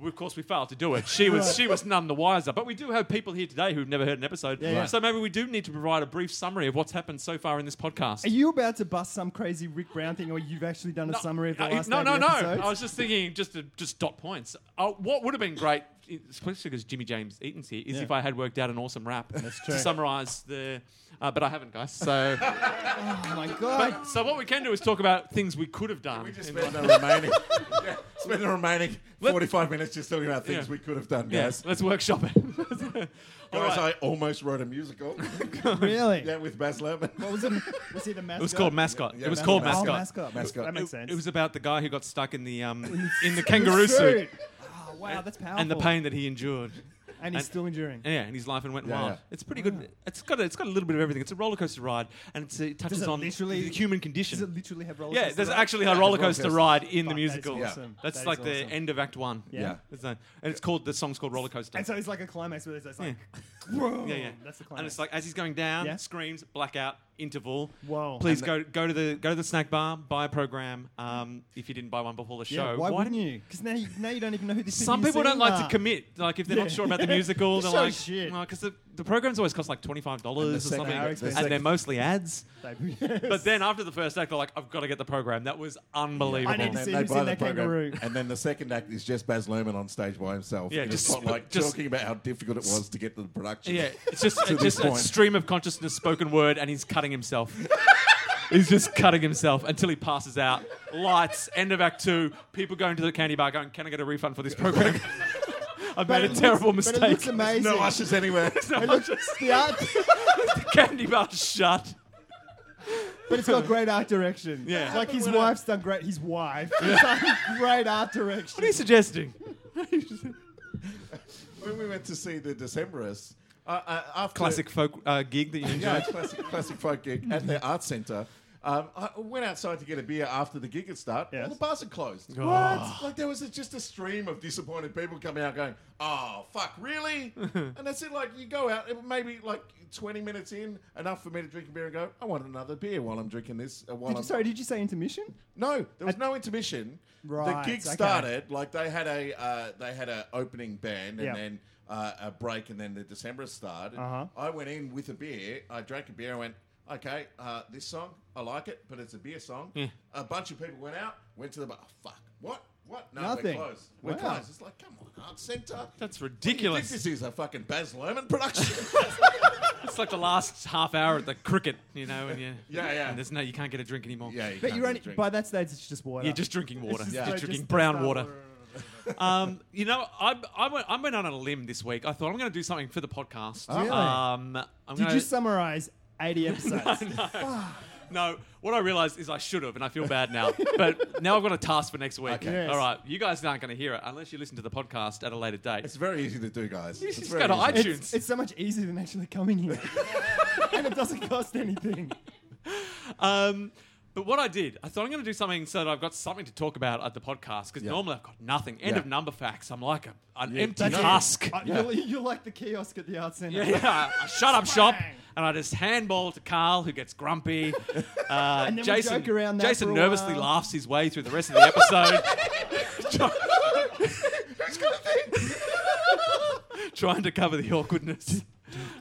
Of course, we failed to do it. She was she was none the wiser. But we do have people here today who've never heard an episode.
Yeah, yeah.
So maybe we do need to provide a brief summary of what's happened so far in this podcast.
Are you about to bust some crazy Rick Brown thing, or you've actually done a summary of the
I-
last
Uh, No,
80
no, no.
episodes?
I was just thinking, just to, just dot points. Uh, what would have been great, especially because Jimmy James Eaton's here, is
Yeah.
if I had worked out an awesome rap
true.
to summarise the. Uh, but I haven't, guys.
[LAUGHS]
So,
oh
[LAUGHS]
my god!
but, so what we can do is talk about things we could have done.
We just [LAUGHS]
in
spent
life.
the remaining yeah, spent the remaining
Let-
forty five minutes just talking about things
Yeah.
we could have done,
Yeah,
guys.
let's workshop it. [LAUGHS] All
Guys,
right.
I almost wrote a
[LAUGHS]
musical.
really?
yeah, with Baz Luhrmann.
What was it? Was he the mascot?
It was called mascot.
Yeah,
it was
Mascot.
called
Oh,
mascot.
mascot.
Mascot.
That
It,
makes sense.
it was about the guy who got stuck in the
[LAUGHS]
um, in the kangaroo suit
Oh, wow, that's powerful.
and the pain that he
[LAUGHS]
endured.
And he's
and-
still enduring.
Yeah, and his life and went
Yeah,
wild.
yeah.
It's pretty good.
Ah.
It's got a, it's got a little bit of everything. It's a roller coaster ride, and it's, it touches
it
on
literally-
the human
Does it
condition.
literally have roller
Yeah,
coaster
there's
ride?
actually
Yeah,
a roller
roller
coaster
coaster.
ride in the
Fuck,
musical.
That's,
Yeah.
awesome.
That's
That is
like the
awesome.
end of Act One.
Yeah.
Yeah.
That's the- and it's called the song's called Roller Coaster.
And so it's like a climax where there's like,
Yeah.
whoa,
yeah, yeah.
that's the climax.
And it's like as he's going down,
Yeah.
screams, blackout, interval.
Whoa.
Please go go to the go to the snack bar, buy a program. Um, if you didn't buy one before the show,
Yeah, why, wouldn't
didn't-
you? Because now, you, now you don't even know who this.
Some people don't like to commit. Like if they're
Yeah.
not sure
[LAUGHS]
about the musical,
The
they're
show's
like,
shit.
because the, the programs always cost like twenty five dollars
And the
or
second-
something,
Our
and
expensive.
they're mostly ads.
commit.
But then after the first act, they're like, I've got to get the program. That was unbelievable.
I need
And
to
then
see
they
who's
buy
in
the
that
program,
kangaroo.
and then the second act is just Baz Luhrmann on stage by himself.
Yeah,
in a
just-
spotlight,
just-
talking about how difficult it was to get the production.
[LAUGHS] Yeah, it's just
To
it's
this
just a
point.
stream of consciousness, spoken word, and he's cutting himself. [LAUGHS] he's just cutting himself until he passes out. Lights, end of Act Two. People going to the candy bar, going, "Can I get a refund for this program? [LAUGHS] I've
But
made a
it looks-
terrible
But it looks
mistake." [LAUGHS]
amazing.
[LAUGHS] no ushers anywhere.
It looks- the art,
candy bar shut.
but it's got great art direction.
Yeah.
like his wife's done great. His wife, It's done great art direction.
What are you suggesting?
when we went to see the Decemberists, uh, uh, after
Classic folk uh, gig that you enjoy.
yeah, classic classic folk gig at
Mm-hmm.
the art centre. Um, I went outside to get a beer after the gig had started.
Yes. Oh.
All the bars had closed. What? Like there was a, just a stream of disappointed people coming out, going, "Oh fuck,
[LAUGHS]
really?" and that's it. Like you go out, it- maybe like twenty minutes in, enough for me to drink a beer and go, "I want another beer while I'm drinking this." Uh, while
Did you,
I'm
sorry, did you say intermission?
no, there was no intermission.
Right,
the gig
okay.
started like they had a uh, they had a opening band and
Yep.
then uh, a break and then the December started.
Uh-huh.
I went in with a beer. I drank a beer. I went, okay, uh, this song I like it, but it's a beer song. A bunch of people went out, went to the bar. Oh, fuck, what? What? No,
Nothing.
we're closed. We're
Wow.
closed. It's like, come on, Art Centre.
That's
You think
ridiculous.
this is a fucking Baz Luhrmann production?
[LAUGHS] It's like the last half hour at the cricket, you know, and you
Yeah, yeah.
And there's no, you can't get a drink anymore.
yeah, you
But
can't
you're
really
only
drink.
by that stage it's just water.
You're just drinking water.
just-
You're
Yeah.
drinking
just
brown
brown
water. [LAUGHS] um, you know, I, I, went, I went on a limb this week. I thought I'm going to do something for the podcast.
Really?
Um, I'm
Did
gonna,
you summarize
[LAUGHS]
80 episodes? [LAUGHS]
no, what I realized is I should have, and I feel bad now. but now I've got a task for next week.
Okay.
Yes.
All right, you guys aren't going to hear it unless you listen to the podcast at a later date.
It's very easy to do, guys. It's
just
very
go to
easy.
iTunes.
It's, it's so much easier than actually coming here. [LAUGHS] and it doesn't cost anything.
Um, but what I did, I thought I'm going to do something so that I've got something to talk about at the podcast because
Yeah.
normally I've got nothing. End
Yeah.
of number facts. I'm like a, an
Yeah,
empty
that's it.
husk.
Uh,
Yeah.
you're, you're like the kiosk at the art centre.
Yeah,
[LAUGHS]
yeah. I shut up shop
Bang.
and I just handball to Carl, who gets
[LAUGHS]
grumpy. Uh,
And then we
Jason,
joke around that
Jason
for a
nervously
while.
laughs his way through the rest of the episode. [LAUGHS] trying to cover the awkwardness.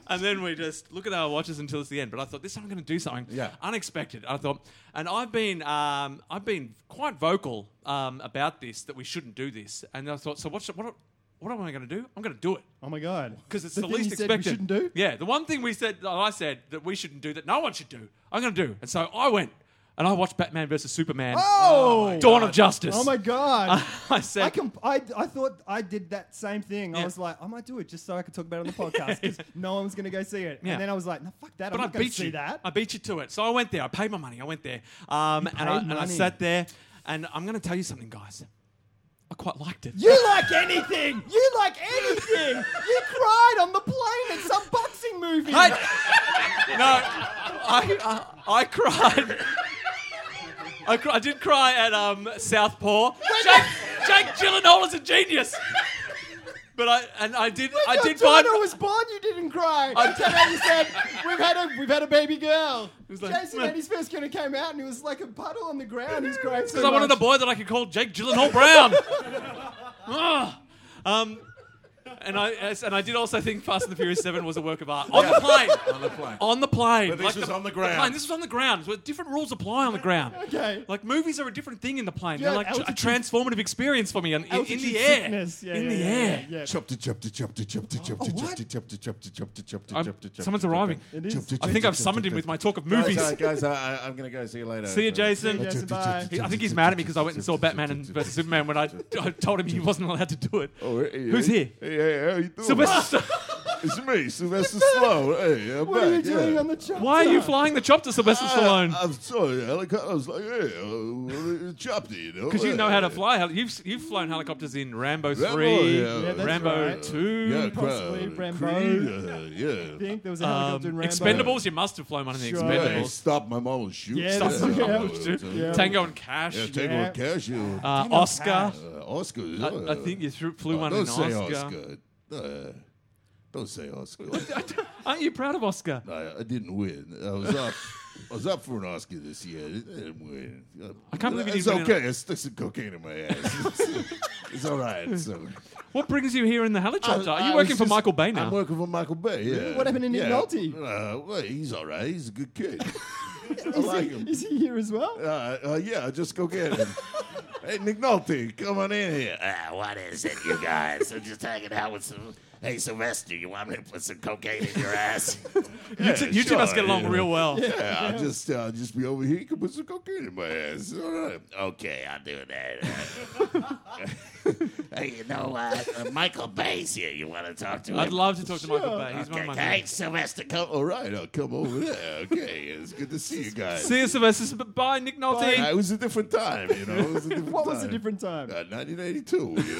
And then we just look at our watches until it's the end. But I thought this time I'm going to do something
Yeah.
unexpected. I thought, and I've been um, I've been quite vocal um, about this that we shouldn't do this. And I thought, so what should, what what am I going to do? I'm going to do it
Oh my god.
because it's
the
the,
thing
least
you said we
expected.
shouldn't do?
Yeah, the one thing we said, that I said that we shouldn't do that no one should do. I'm going to do, and so I went and I watched Batman versus Superman:
Oh!
Dawn of Justice. [LAUGHS]
Oh my god.
I said,
I, comp- I, I thought I did that same thing. I
Yeah.
was like, I might do it just so I could talk about it on the
[LAUGHS]
podcast because no one's going to go see it.
Yeah.
And then I was like, no, fuck that.
but
I'm
I
not going
beat
to see
you.
that.
I beat you to it. So I went there. I paid my money. I went there, um, and, I,
paid
and I
money.
sat there. And I'm going to tell you something, guys. I quite liked it.
You like anything! You like anything! You cried on the plane at some boxing movie!
I, no, I, I, I cried. I, cri- I did cry at um, Southpaw. Jake, Jake Gyllenhaal is a genius. But I and I did I
Your
did find
daughter was born, you didn't cry.
I-
I tell her you said we've had a we've had a baby girl.
was like,
Jason
"Meh."
had his first kid and came out and it was like a puddle on the ground. He's crying so
because I wanted a
much.
boy that I could call Jake Gyllenhaal Brown. Ah. um, and I as- and I did also think Fast and the Furious Seven was a work of art on the plane.
on the plane.
On the plane,
But this was on the ground.
plane. This was on the ground. So different rules apply on the ground.
Okay.
Like movies are a different thing in the plane. They're
Yeah,
like tr- a
altitude-
transformative experience for me in, in, in
Altitude
the air.
sickness. Yeah,
in
yeah,
the
yeah,
air.
Yeah, yeah.
Chopped it, chopped it, chopped it, chopped it, chopped it,
what?
chopped it, chopped it, chopped it, chopped it, chopped it,
I'm-
chopped it, chopped
someone's
it, chopped
arriving.
It is.
Chopped Oh, it,
I think
chopped
I've
it,
summoned
chopped
him
it,
with my
chopped
talk of
it.
movies.
Guys, uh, guys, uh, I- I'm going to go. See you later.
See you, Jason.
See you, Jason, bye.
He- I think he's mad at me because I went and saw Batman and versus Superman when I, I told him he wasn't allowed to do it.
Oh, hey,
Who's
hey,
here?
Hey, hey, how you doing?
Sylvester,
[LAUGHS] It's me,
[LAUGHS]
Sylvester Stallone. Hey, I'm
What
back.
are you doing
yeah.
on the chopper?
why are you flying the chopper, Sylvester
Uh,
Stallone?
I, I'm sorry, helicopter. I was like, hey, uh, uh, chopped it, you know.
Because you know how to
Hey.
fly. hel- You've you've flown helicopters in
uh,
Rambo
Rambo,
three,
yeah. Yeah,
that's
Rambo
right.
two.
Yeah,
Possibly
crowd,
Rambo.
Creed, uh, yeah.
I think there was a
Um,
helicopter in Rambo.
Expendables, you must have flown one of the
Sure.
Hey,
Expendables.
stop my mom will shoot.
Yeah,
Stop
that's-
my
yeah.
mom will shoot.
Yeah.
Tango and Cash.
Yeah, take
Yeah.
a cash. You.
Uh,
Tango and
Oscar.
Cash.
Uh, Oscar.
I, I think you threw, flew
Oh,
one
don't
in
say
Oscar.
Uh, don't say "Oh, Oscar.
Aren't you proud of Oscar?
I, I didn't win. I was up. I was up for an Oscar this year. It didn't win.
I can't believe you
It's
didn't win
okay. I stuck some cocaine in my ass. [LAUGHS] It's, it's all right. So.
What brings you here in the helicopter? Are
I
you
was
working for
Uh, just-
Michael Bay now?
I'm working for Michael Bay. Yeah.
What happened in
yeah.
Ignalti?
Uh, well, he's all right. He's a good
[LAUGHS]
kid. I
Is,
like
he,
him.
is he here as well?
Uh, uh, yeah, just go get
[LAUGHS]
him. hey, Nick Nolte, come on in here.
Ah, what is it, you guys? I'm just hanging out with some. Hey, Sylvester, you want me to put some cocaine in your ass?
You,
T- you two must get along real
[LAUGHS]
well.
Yeah, I'll just uh, just be over here. You can put some cocaine in my ass. All right.
okay, I'll do that. [LAUGHS] hey, you know, uh, uh, Michael Bay's here. You want to talk to him?
I'd love to talk to Michael Bay. He's
Okay,
one of my
hey,
favorites.
Sylvester, come.
All right, I'll come over there. Okay, it's good to see you guys.
See you, Sylvester. B- Bye, Nick Nolte.
Uh, it was a different time, you know. It
[LAUGHS]
was a different
What was a
time.
different time?
Uh, 1982, you know, it was a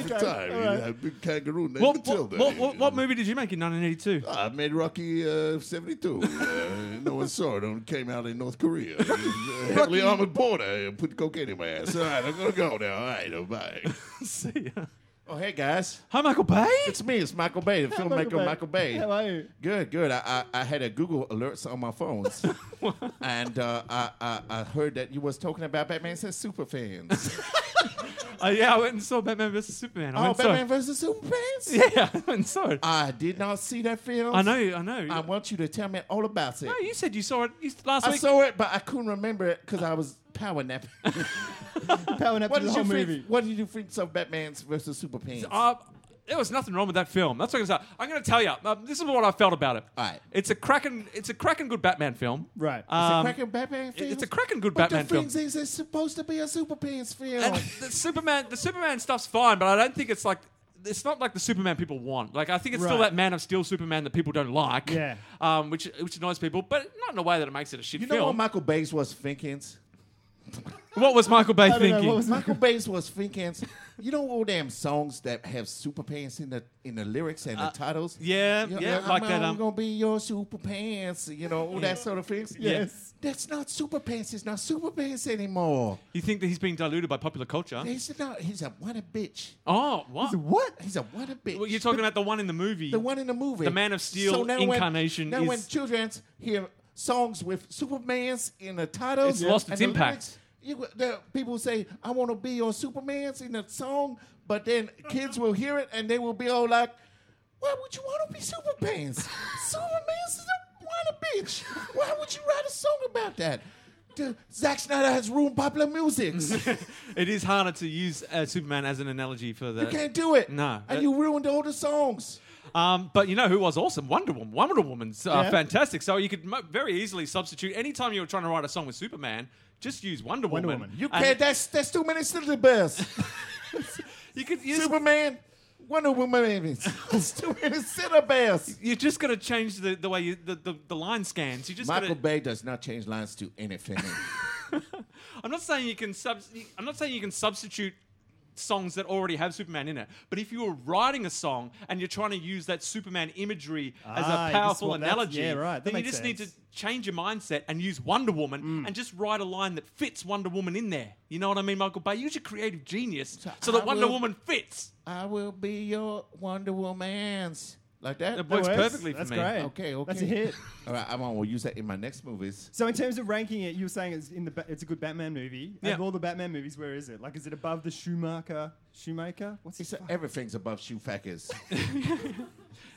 different
Okay,
time.
all
You
right.
had a big kangaroo named
What, what,
Matilda.
what, what, what movie did you make
[LAUGHS]
in 1982?
I made Rocky uh, 72. Uh, no one saw it. It came out in North
[LAUGHS]
Korea. Uh, Heavily armored border. uh, Put cocaine in my ass. All right, I'm going to go now. All right, oh, bye.
See ya.
[LAUGHS] Oh, hey, guys.
Hi, Michael Bay. [LAUGHS]
It's me. It's Michael Bay, the
Hi,
filmmaker Michael, Bay.
How are you?
Good, good. I, I, I had a Google alerts on my
[LAUGHS]
phones, and uh, I, I I heard that you was talking about Batman says super
[LAUGHS]
fans.
Uh, yeah, I went and saw Batman vs Superman. I
oh,
went and
Batman versus super fans.
Saw it. [LAUGHS] Yeah, I went and saw it.
I did not see that film.
I know, I know.
I want you to tell me all about it.
no, you said you saw it you- last
I
week.
saw it, but I couldn't remember it because I was power
[LAUGHS]
napping.
Powering up
what
to
did
the whole
you think?
movie.
What did you think of Batman versus Superman?
Uh, there was nothing wrong with that film. That's what I'm going to say. I'm going to tell you. Uh, this is what I felt about it.
All right.
It's a cracking. It's a cracking good Batman film.
Right.
it's a
Um,
cracking Batman film.
it's a cracking good
What
Batman
the
film.
things is it's supposed to be a Superman film.
And the Superman, the Superman stuff's fine, but I don't think it's like it's not like the Superman people want. Like I think it's still
Right.
that Man of Steel Superman that people don't like.
Yeah.
Um, which which annoys people, but not in a way that it makes it a shit
you know
film.
what Michael Bay's was
[LAUGHS]
thinking?
What was Michael Bay
I don't know,
thinking?
what was-
Michael Bay's was thinking. You know all damn songs that have super pants in the in the lyrics and the titles.
Uh, yeah,
You know,
yeah,
I'm,
like that,
I'm
um,
gonna be your super pants. You know all that sort of things.
Yes.
That's not super pants. It's not super pants anymore.
you think that he's being diluted by popular culture?
He's not. He's a what a bitch.
Oh, what?
What? He's a what a bitch.
Well, you're talking about the one in the movie.
the one in the movie,
The Man of Steel
when-
incarnation
now when
is-
children hear songs with Superman's in the titles,
It's lost
and
its
the
impact.
lyrics, you, the people say, "I want to be your Superman's" in the song, but then kids will hear it and they will be all like, "Why would you want to be Superman's? Superman's is a what a bitch. Why would you write a song about that?" The, Zack Snyder has ruined popular music.
Mm.
you
It is harder to use uh, Superman as an analogy for the.
can't do it.
No.
and you ruined all the songs.
Um, but you know who was awesome? Wonder Woman. Wonder Woman's uh,
Yeah.
fantastic. So you could mo- very easily substitute. Anytime you were trying to write a song with Superman, just use Wonder,
Wonder
Woman.
Woman.
You
And
can't. that's that's too many syllables.
You could. You just,
Superman, Wonder [LAUGHS] Woman, Superman is Cinnabass.
you're just gonna change the, the way you, the, the the line scans. You just
Michael
gotta,
Bay does not change lines to anything.
I'm not saying you can sub. I'm not saying you can substitute songs that already have Superman in it. But if you were writing a song and you're trying to use that Superman imagery as
Ah,
a
you just
powerful
want- that's-
analogy,
yeah, right, that
then you
makes
just need to
sense. Mm.
change your mindset and use Wonder Woman and just write a line that fits Wonder Woman in there. You know what I mean, Michael Bay? Use your creative genius so, that
I
Wonder
will-
Woman fits.
[LAUGHS] I will be your Wonder Woman's like that.
That works
That
perfectly for
That's
me.
great.
Okay, okay.
That's a hit.
All right, I'm on. We'll use that in my next movies.
So in terms of ranking it, you were saying it's in the ba- it's a good Batman movie. Out
Yeah.
Of all the Batman movies, where is it? Like, is it above the Schumacher? Shoemaker? What's his?
It's, [LAUGHS]
fuck-
everything's above shoe factors.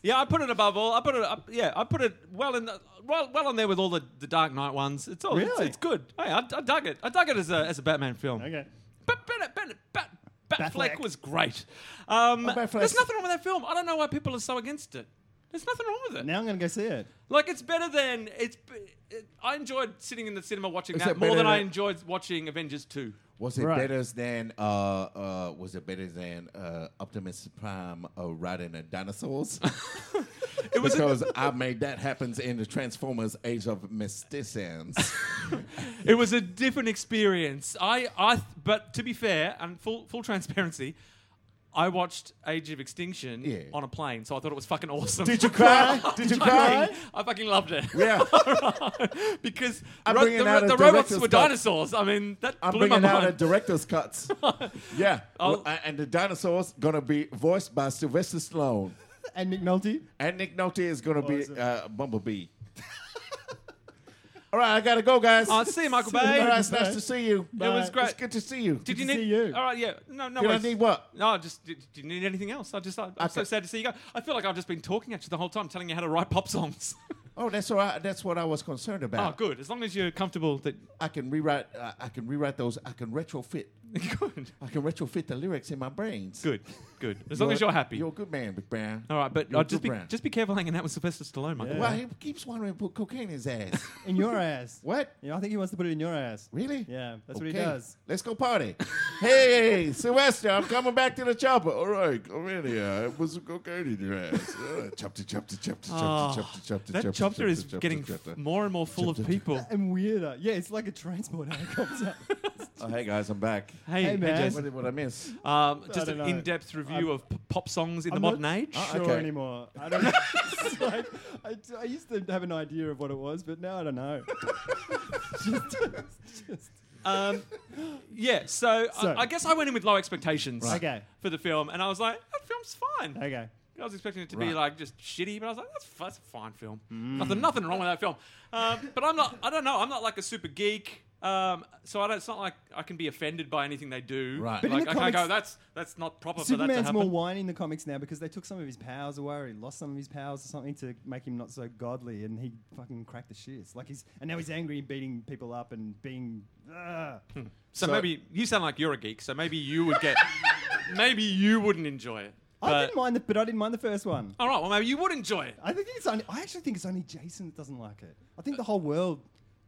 Yeah, I put it above all. I put it up. Yeah, I put it well in the, well, well in there with all the, the Dark Knight ones. It's all it's,
Really?
it's good. Hey, I, I dug it. I dug it as a as a Batman film.
Okay.
But Bennett, Bennett, Bat, Batfleck
Batfleck.
was great. Um,
Oh, Batfleck's-
there's nothing wrong with that film. I don't know why people are so against it. There's nothing wrong with it.
Now I'm gonna go see it.
Like it's better than it's. b- It, I enjoyed sitting in the cinema watching
Is
that
it
more
better
than, I
than-
enjoyed watching Avengers
[LAUGHS]
Two.
Was it
Right.
better than uh, uh, Was it better than uh, Optimus Prime uh, riding the dinosaurs?
It was.
because I made that happens in the Transformers Age of Mysticans.
It was a different experience. I, I, th- but to be fair and full, full transparency, I watched Age of Extinction
Yeah.
on a plane, so I thought it was fucking
[LAUGHS]
awesome. [LAUGHS]
Did you cry? Did you
I
cry?
fucking- I fucking loved it.
Yeah. [LAUGHS]
[LAUGHS] because
I'm
ro-
bringing
the,
out
ro-
a
the robots
director's
were
cut.
dinosaurs. I mean, that
I'm
blew my
bringing out
mind.
a director's [LAUGHS] cuts. yeah,
I'll-
Well, and the dinosaurs gonna be voiced by Sylvester Stallone,
And Nick Nolte.
and Nick Nolte is gonna be
is it?
uh, Bumblebee. uh, [LAUGHS] All right, I gotta go, guys.
I'll Oh, see you, Michael
All
Bay.
right,
Did
it's nice to see you.
It was great.
It's good to see you.
you
to
need?
see you.
All right, yeah. No, no.
Did I
worries.
need what?
No, just did, did you need anything else? I just I, am so
Okay.
sad to see you go. I feel like I've just been talking at you the whole time, telling you how to write pop songs. [LAUGHS]
Oh, that's all right. That's what I was concerned
oh,
about.
good. As long as you're comfortable that [LAUGHS]
I can rewrite. I, I can rewrite those. I can retrofit.
good,
I can retrofit the lyrics in my brains.
good, good. As long as you're happy.
You're a good man, Big Brown.
All right, but
you're a
uh,
good
just be
brand.
just be careful hanging out with Sylvester Stallone, Michael.
Yeah.
Well, he keeps wanting to put cocaine in his [LAUGHS] ass.
In your ass.
what?
Yeah, I think he wants to put it in your ass.
Really?
Yeah, that's what he does.
Let's go party. hey, Sylvester, I'm coming back to the chopper. All right, come in here. I put some cocaine in your ass. Uh, chopter, chopter, chopter,
Oh,
chopter, chopter, chopter,
that
chopter,
chopter is
chopter,
getting
chopter.
f- more and more full of
Chopter, chopter. [LAUGHS]
people.
And weirder. Yeah, it's like a transport [LAUGHS] helicopter.
Oh, hey guys, I'm back.
Hey,
Hey, man.
Jess,
What did what I miss?
um, just
don't
an
know.
in-depth review of p- pop songs in the
I'm not-
modern age.
Uh,
sure
Okay.
anymore. I don't. [LAUGHS] it's like, I, d- I used to have an idea of what it was, but now I don't know. [LAUGHS] Just- [LAUGHS] just-
Um, yeah, so,
So-
I, I guess I went in with low expectations
Okay.
for the film, and I was like, that film's fine.
okay.
I was expecting it to be
Right.
like just shitty, but I was like, that's, that's a fine film.
Mm.
Nothing, nothing wrong with that film. Um, but I'm not. I don't know. I'm not like a super geek. Um, so I don't, it's not like I can be offended by anything they do.
Right.
But in
like
the
I can't go.
comics-
That's that's not proper for that to
Superman's
happen.
more whiny in the comics now because they took some of his powers away, or he lost some of his powers or something to make him not so godly, and he fucking cracked the shits. Like he's and now he's angry, beating people up, and being. Ugh.
so,
So-
maybe you sound like you're a geek. So maybe you would
[LAUGHS]
get. maybe you wouldn't enjoy it.
I
But,
didn't mind the, but I didn't mind the first one.
all right. Well, maybe you would enjoy it.
I think it's only. I actually think it's only Jason that doesn't like it. I think the whole world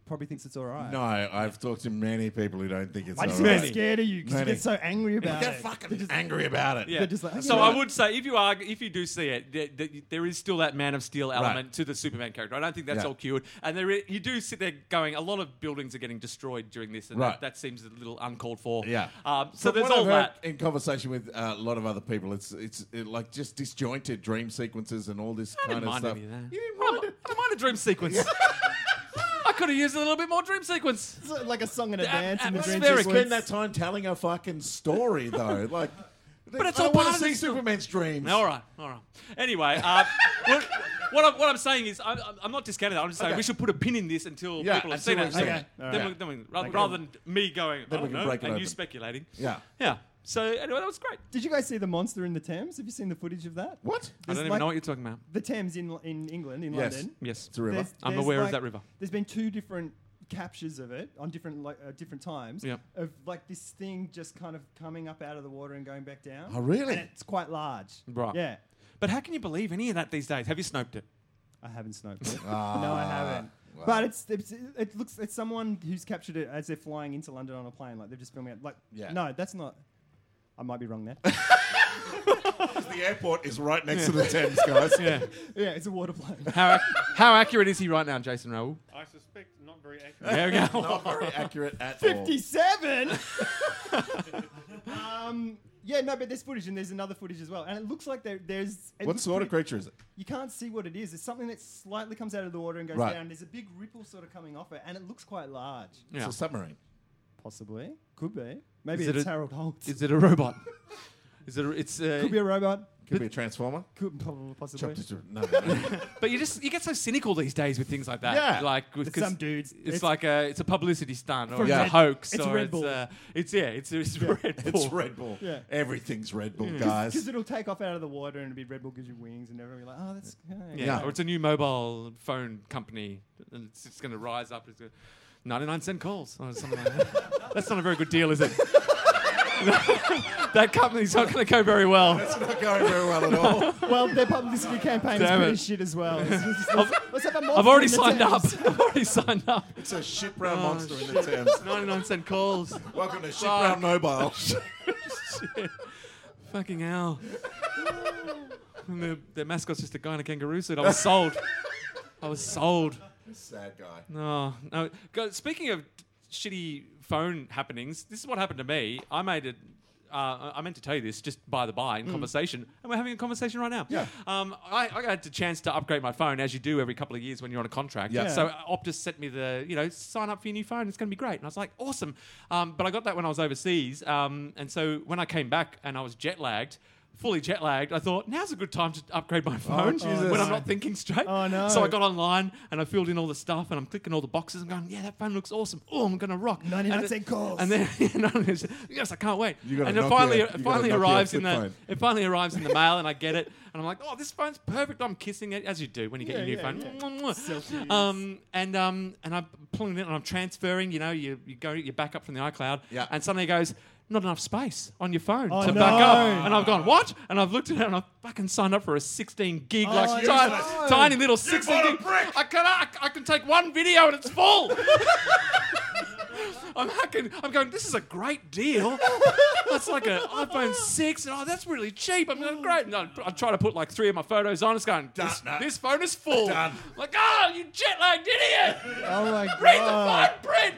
probably thinks it's all right.
No, I've talked to many people who don't think it's.
I
all
just
right.
get scared of you because you
Many.
get so angry about
They're
it.
fucking angry about it.
Yeah.
They're just like,
so
"Okay,
I
right."
would say if you are if you do see it, there, there, there is still that Man of Steel element to the Superman character. I don't think that's
Yeah.
all cured. And there is, you do sit there going, a lot of buildings are getting destroyed during this, and
Right.
that, that seems a little uncalled for.
Yeah.
Um, so
From
there's
what
all
I've heard
that.
in conversation with uh, a lot of other people. It's it's it, like just disjointed dream sequences and all this
I
kind
didn't
of
mind
stuff.
any of that.
You didn't
I
mind
don't,
it.
I don't mind a
[LAUGHS]
dream sequence. I could have used a little bit more dream sequence.
It's like a song and a
The
dance and a dream
atmospheric-
sequence.
Spend that time telling a fucking story though, [LAUGHS] like. But
it's
I
all
don't want
part
to
of
see
the story.
Superman's dreams.
All right, all right. Anyway, uh, [LAUGHS] what, what, I'm, what I'm saying is, I'm, I'm- I'm not discounting that. I'm just saying
Okay.
we should put a pin in this until
Yeah,
people
I
have
see
seen
what
it.
you're
saying.
Then
Okay.
we- then we- rather,
Okay.
rather than me going,
Then
I
we
don't
can
know,
break it
and you
open.
speculating.
Yeah.
Yeah. So anyway, that was great.
Did you guys see the monster in the Thames? Have you seen the footage of that?
What?
I don't
There's
even
like-
know what you're talking about.
The Thames in in England, in
Yes.
London.
Yes.
It's a river.
There's-
I'm
there's
aware of
like-
that river.
There's been two different captures of it on different like uh, different times
Yep.
of like this thing just kind of coming up out of the water and going back down.
Oh, really?
And it's quite large.
Right.
Yeah.
But how can you believe any of that these days? Have you snoped it?
I haven't snoped it. no,
[LAUGHS]
I
Ah,
haven't.
wow.
But it's, it's it looks it's someone who's captured it as they're flying into London on a plane, like they're just filming it. Like,
Yeah.
no, that's not. I might be
[LAUGHS]
wrong there.
The airport is right next to the Thames, guys.
Yeah.
yeah, it's a
[LAUGHS]
water plane. [LAUGHS]
How, ac- [LAUGHS] how accurate is he right now, Jason Raoul?
I suspect not very accurate.
There we go.
Not very accurate at all.
Fifty-seven. [LAUGHS] um, yeah, no, but there's footage and there's another footage as well, and it looks like there, there's. it
What
looks
sort of
pretty-
creature is it?
You can't see what it is. It's something that slightly comes out of the water and goes
Right.
down. There's a big ripple sort of coming off it, and it looks quite large.
Yeah.
It's a submarine.
Possibly, could be. Maybe
Is it
it's
a-
Harold Holt.
Is it a robot? Is it? A, it's. Uh,
could be a robot.
Could be a transformer.
Could probably possibly.
Chopped it to- no, no, no.
But you just you get so cynical these days with things like that.
Yeah.
Like with 'cause
some dudes.
It's, like a it's a publicity stunt or
For
it's a
Red-
hoax
it's
or
Red
it's
Bull.
uh, it's yeah it's it's Red Bull.
It's Red Bull.
Yeah.
Everything's Red Bull, guys.
because it'll take off out of the water and it'll be Red Bull gives you wings and everyone will be like, oh, that's okay.
Yeah.
Yeah.
Or it's a new mobile phone company and it's, it's going to rise up. It's gonna, 99 cent calls or something like that. That's not a very good deal, is it? [LAUGHS] that company's not going to go very well.
It's not going very well at all.
Well, their publicity campaign
Damn
is pretty
it.
shit
[LAUGHS]
as well. It's just- let's have a monster
I've already
in the
signed up.
Thames.
[LAUGHS] I've already signed up.
[LAUGHS] It's a shit brown monster in the Thames.
99 cent calls.
Welcome to shit brown mobile.
Fucking hell. [LAUGHS] and the, their mascot's just a guy in a kangaroo suit. I was sold. I was sold.
Sad guy.
No, Oh, no. Go- Speaking of shitty phone happenings, this is what happened to me. I made it. Uh, I- I meant to tell you this just by the by in conversation, and we're having a conversation right now.
Hmm. Yeah.
Um, I, I had the chance to upgrade my phone as you do every couple of years when you're on a contract.
Yeah.
So uh, Optus sent me the you know sign up for your new phone. It's going to be great, and I was like awesome. Um, but I got that when I was overseas, um, and so when I came back and I was jet lagged. fully jet lagged, I thought now's a good time to upgrade
Oh,
my phone
Jesus.
when I'm not thinking straight.
[LAUGHS] Oh, no.
So I got online and I filled in all the stuff and I'm clicking all the boxes and going, yeah, that phone looks awesome. Oh, I'm gonna rock. And
99
it-
cent calls.
And then [LAUGHS] yes, I can't wait.
You got
and
a
it finally,
Nokia- you
it
got a
finally
Nokia
arrives in
flip
the
phone.
it finally arrives in the mail and I get it and I'm like, oh, this phone's perfect. I'm kissing it as you do when you get
Yeah,
your new
yeah,
phone.
yeah.
Mwah, mwah.
Selfies.
Um, and um, and I'm pulling it and I'm transferring. You know, you, you go you back up from the iCloud.
Yeah.
And suddenly it goes. Not enough space on your phone
Oh,
to back up,
no.
and I've gone what? And I've looked at it, and I've fucking signed up for a 16 gig, like
Oh,
tiny,
yes.
tiny little 16 gig. I can I, I can take one video and it's
[LAUGHS]
full. I'm hacking, I'm going, this is a great deal. that's like an iPhone 6. And, oh, that's really cheap. I'm going, great. And I, I try to put like three of my photos on. It's going, this,
Done.
this phone is full.
Done.
Like, oh, you jet lagged idiot.
Oh my
[LAUGHS]
god.
Read the fine print.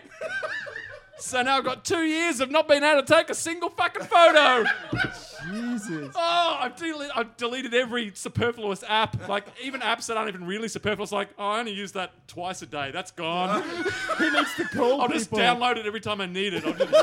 so now I've got two years of not being able to take a single fucking photo. [LAUGHS]
Jesus.
Oh, I've, dele- I've deleted every superfluous app. Like, even apps that aren't even really superfluous. Like, oh, I only use that twice a day. That's gone.
He needs to call
I'll
people.
just download it every time I need it. I'll
[LAUGHS]
just-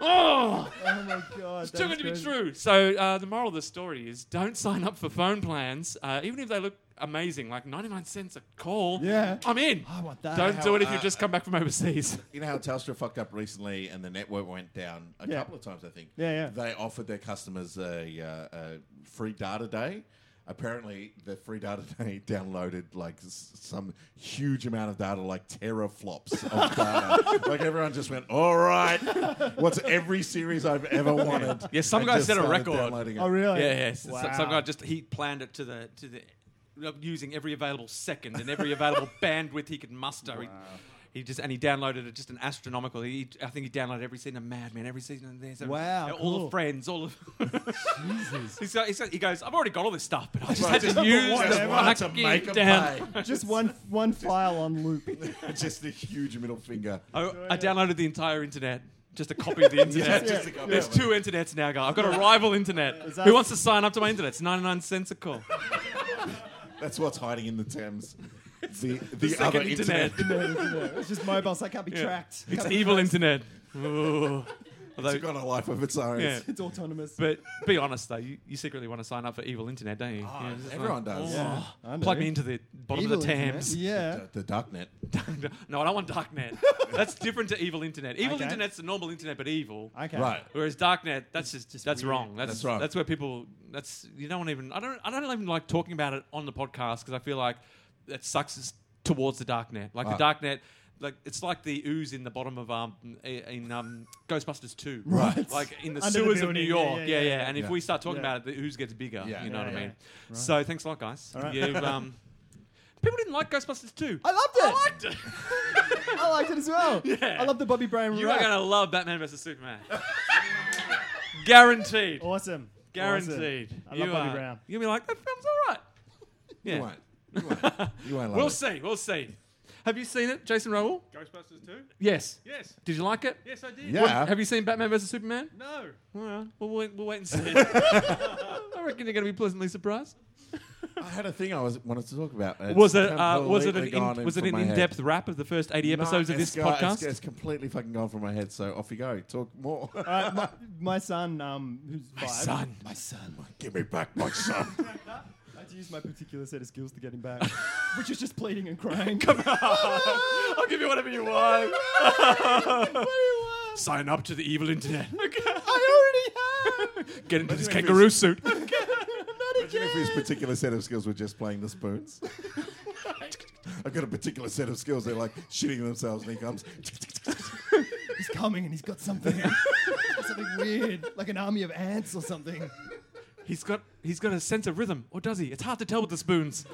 oh,
Oh my god.
it's too good to be true. So uh, the moral of the story is: don't sign up for phone plans, uh, even if they look amazing, like ninety-nine cents a call.
Yeah.
I'm in.
I want that.
Don't do it if
Uh,
you've just come back from overseas.
You know how Telstra fucked up recently and the network went down a
Yeah.
couple of times, I think.
Yeah, yeah.
They offered their customers a, uh, a free data day. Apparently, the free data [LAUGHS] day downloaded like s- some huge amount of data, like teraflops
[LAUGHS]
of data. like everyone just went, "All right, what's every series I've ever wanted?"
Yeah, some
and
guy
just
set a
started
record.
downloading it.
Oh really?
Yeah, yeah. s-
Wow.
Some guy just he planned it to the to the using every available second and every available bandwidth he could muster. He- He, just and he downloaded it just an astronomical. He, I think he downloaded every season of Mad Men, every season of this. every-
Wow,
uh, all
cool.
of Friends, all of. [LAUGHS] He's got- he's got- he goes, I've already got all this stuff, but I just
Right,
had
just
to use
one-
the
just one to
fucking
make 'em
down.
Just one one file on loop.
just a huge middle finger.
[LAUGHS] I, I downloaded the entire internet. Just a copy of the internet.
just a copy.
There's two internets now, guy. I've got a rival internet.
that-
Who wants to sign up to my internet? It's 99 cents a call.
That's what's hiding in the
[LAUGHS]
Thames. The, the,
second
other internet.
internet.
No, no, no, no. It's just mobile, so I can't be
Yeah.
tracked.
[LAUGHS] It's evil internet. Ooh. Although,
It's got a life of its own.
yeah.
It's autonomous.
But be honest though, you, you secretly want to sign up for evil internet, don't you? Yeah, it's
everyone
like,
does.
Yeah,
oh,
I know.
Plug me into the bottom
Evil
of the
internet.
Thames.
Yeah.
The, the darknet.
[LAUGHS] no, I don't want
[LAUGHS]
darknet. That's different to evil internet. Evil
Okay.
internet's the normal internet, but evil.
Okay.
Right.
Whereas darknet, that's just, that's wrong. That's,
That's wrong.
That's where people. That's you don't want even. I don't. I don't even like talking about it on the podcast because I feel like that sucks us towards the darknet. Like the
Ah.
darknet. Like it's like the ooze in the bottom of um in um Ghostbusters two,
Right.
[LAUGHS] Like in the
Under the
sewers of New
building.
York, yeah, yeah.
yeah.
And if
Yeah.
we start talking
Yeah.
about it, the ooze gets bigger.
Yeah.
You know
Yeah,
what I
yeah.
mean? So thanks a lot, guys.
right.
You um, people didn't like Ghostbusters two.
I loved it.
I liked it.
[LAUGHS] I liked it as well.
[LAUGHS] Yeah.
I love the Bobby Brown
You
rap.
are gonna love Batman vs Superman. [LAUGHS] Guaranteed.
Awesome.
Guaranteed.
Awesome. I love Bobby
are-
Brown.
You'll be like, that film's all right.
You
Yeah.
won't. You won't. You
[LAUGHS]
won't love
We'll
it.
see. We'll see. Have you seen it, Jason Rowell?
Ghostbusters 2?
Yes.
Yes.
Did you like it?
Yes, I did.
Yeah.
Have you seen Batman vs Superman?
No.
All right. We'll wait, we'll wait and see.
[LAUGHS]
I reckon you're going to be pleasantly surprised.
I had a thing I was wanted to talk about. It's
Was it uh, was it an
completely gone
in, was it
from
an
my head.
in-depth wrap of the first 80
No,
episodes of
it's
this
go- it's-
podcast?
It's, completely fucking gone from my head. So off you go. Talk more. [LAUGHS]
All right, my, my son, um, who's my five,
son.
my son,
Give me back my
[LAUGHS]
son.
I had to use my particular set of skills to get him back, which is just pleading and crying.
[LAUGHS]
[LAUGHS]
I'll give you whatever
[LAUGHS]
you want. Sign up to the
[LAUGHS]
evil internet. I [LAUGHS] already have. Get into this
Imagine if
kangaroo suit.
[LAUGHS]
[LAUGHS]
Imagine if his particular set of skills were just playing the
[LAUGHS]
spoons. I've got a particular set of skills. They're like shitting themselves, and he comes.
he's coming and he's got something, [LAUGHS] He's got something weird, like an army of ants or something.
He's got he's got a sense of rhythm, or does he? It's hard to tell with the spoons.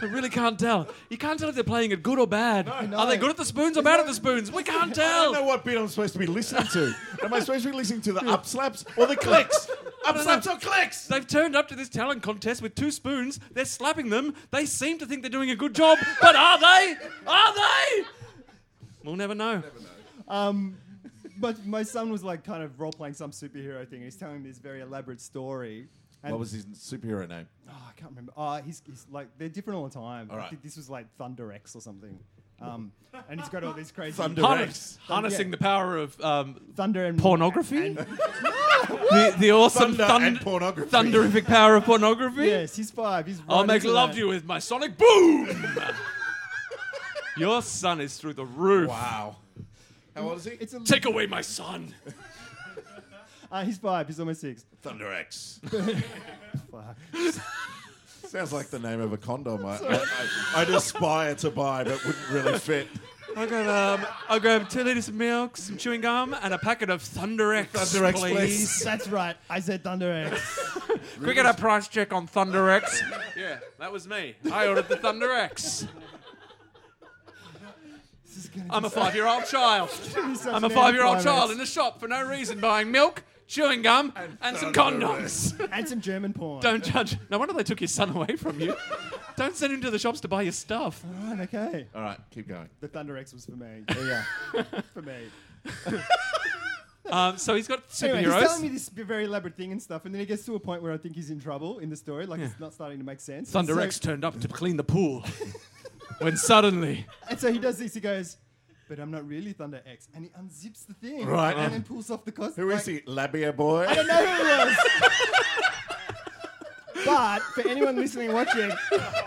I really can't tell. You can't tell if they're playing it good or bad.
no.
Are they good at the spoons or bad at the spoons? We can't
[LAUGHS] I don't know
tell.
what beat I'm supposed to be listening to. Am I supposed to be listening to
[LAUGHS]
the up slaps or the clicks? Up slaps or clicks?
They've turned up to this talent contest with two spoons. They're slapping them. They seem to think they're doing a good job, but are they? Are they? We'll never know.
Um, but my son was like kind of role playing some superhero thing. and He's telling me this very elaborate story. And
What was his superhero name?
Oh, I can't remember. Oh, he's, he's like they're different all the time.
All
I
right.
think this was like Thunder X or something. Um, and he's got all these crazy
Thunder-
Harness,
Direct.
harnessing
Yeah.
the power of um,
Thunder and
pornography.
and-
the, the awesome
Thunder
thund-
and pornography.
thunderific power of pornography.
yes, he's five. He's.
I'll
right
make
into
love
that.
to Oh, you with my sonic boom. Your son is through the roof.
Wow. How old is he?
It's a.
Take away my son.
uh, he's five. He's almost six.
Thunder X.
Fuck.
[LAUGHS] Sounds like the name of a condom. I, I, I'd aspire to buy, but wouldn't really fit.
I got um, I got two liters of milk, some chewing gum, and a packet of Thunder X.
Thunder X, please.
[LAUGHS] That's right. I said Thunder
[LAUGHS]
X.
Can we get a price check on Thunder X? [LAUGHS] yeah, that was me. I ordered the Thunder X.
This is gonna
I'm a
be
five-year-old [LAUGHS] child.
such
I'm a
an
five-year-old
anticlimax.
child in a shop for no reason, buying milk, chewing gum, and, some
Thunder
condoms.
And some German porn.
Don't judge. No wonder they took your son away from you. Don't send him to the shops to buy your stuff.
Right, Oh, okay.
All right, keep going.
The Thunder X was for me. Yeah,
[LAUGHS]
yeah. for me.
Um, so he's got
Anyway, he's telling me
superheroes.
this very elaborate thing and stuff, and then it gets to a point where I think he's in trouble in the story. Like it's not starting to make sense.
Thunder
So-
X turned up to clean the pool. [LAUGHS] when suddenly,
And so he does this. He goes, "But I'm not really Thunder X," and he unzips the thing,
Right.
and then pulls off the costume.
Who is he? Labia boy?
I don't know who it was. but for anyone listening, and watching,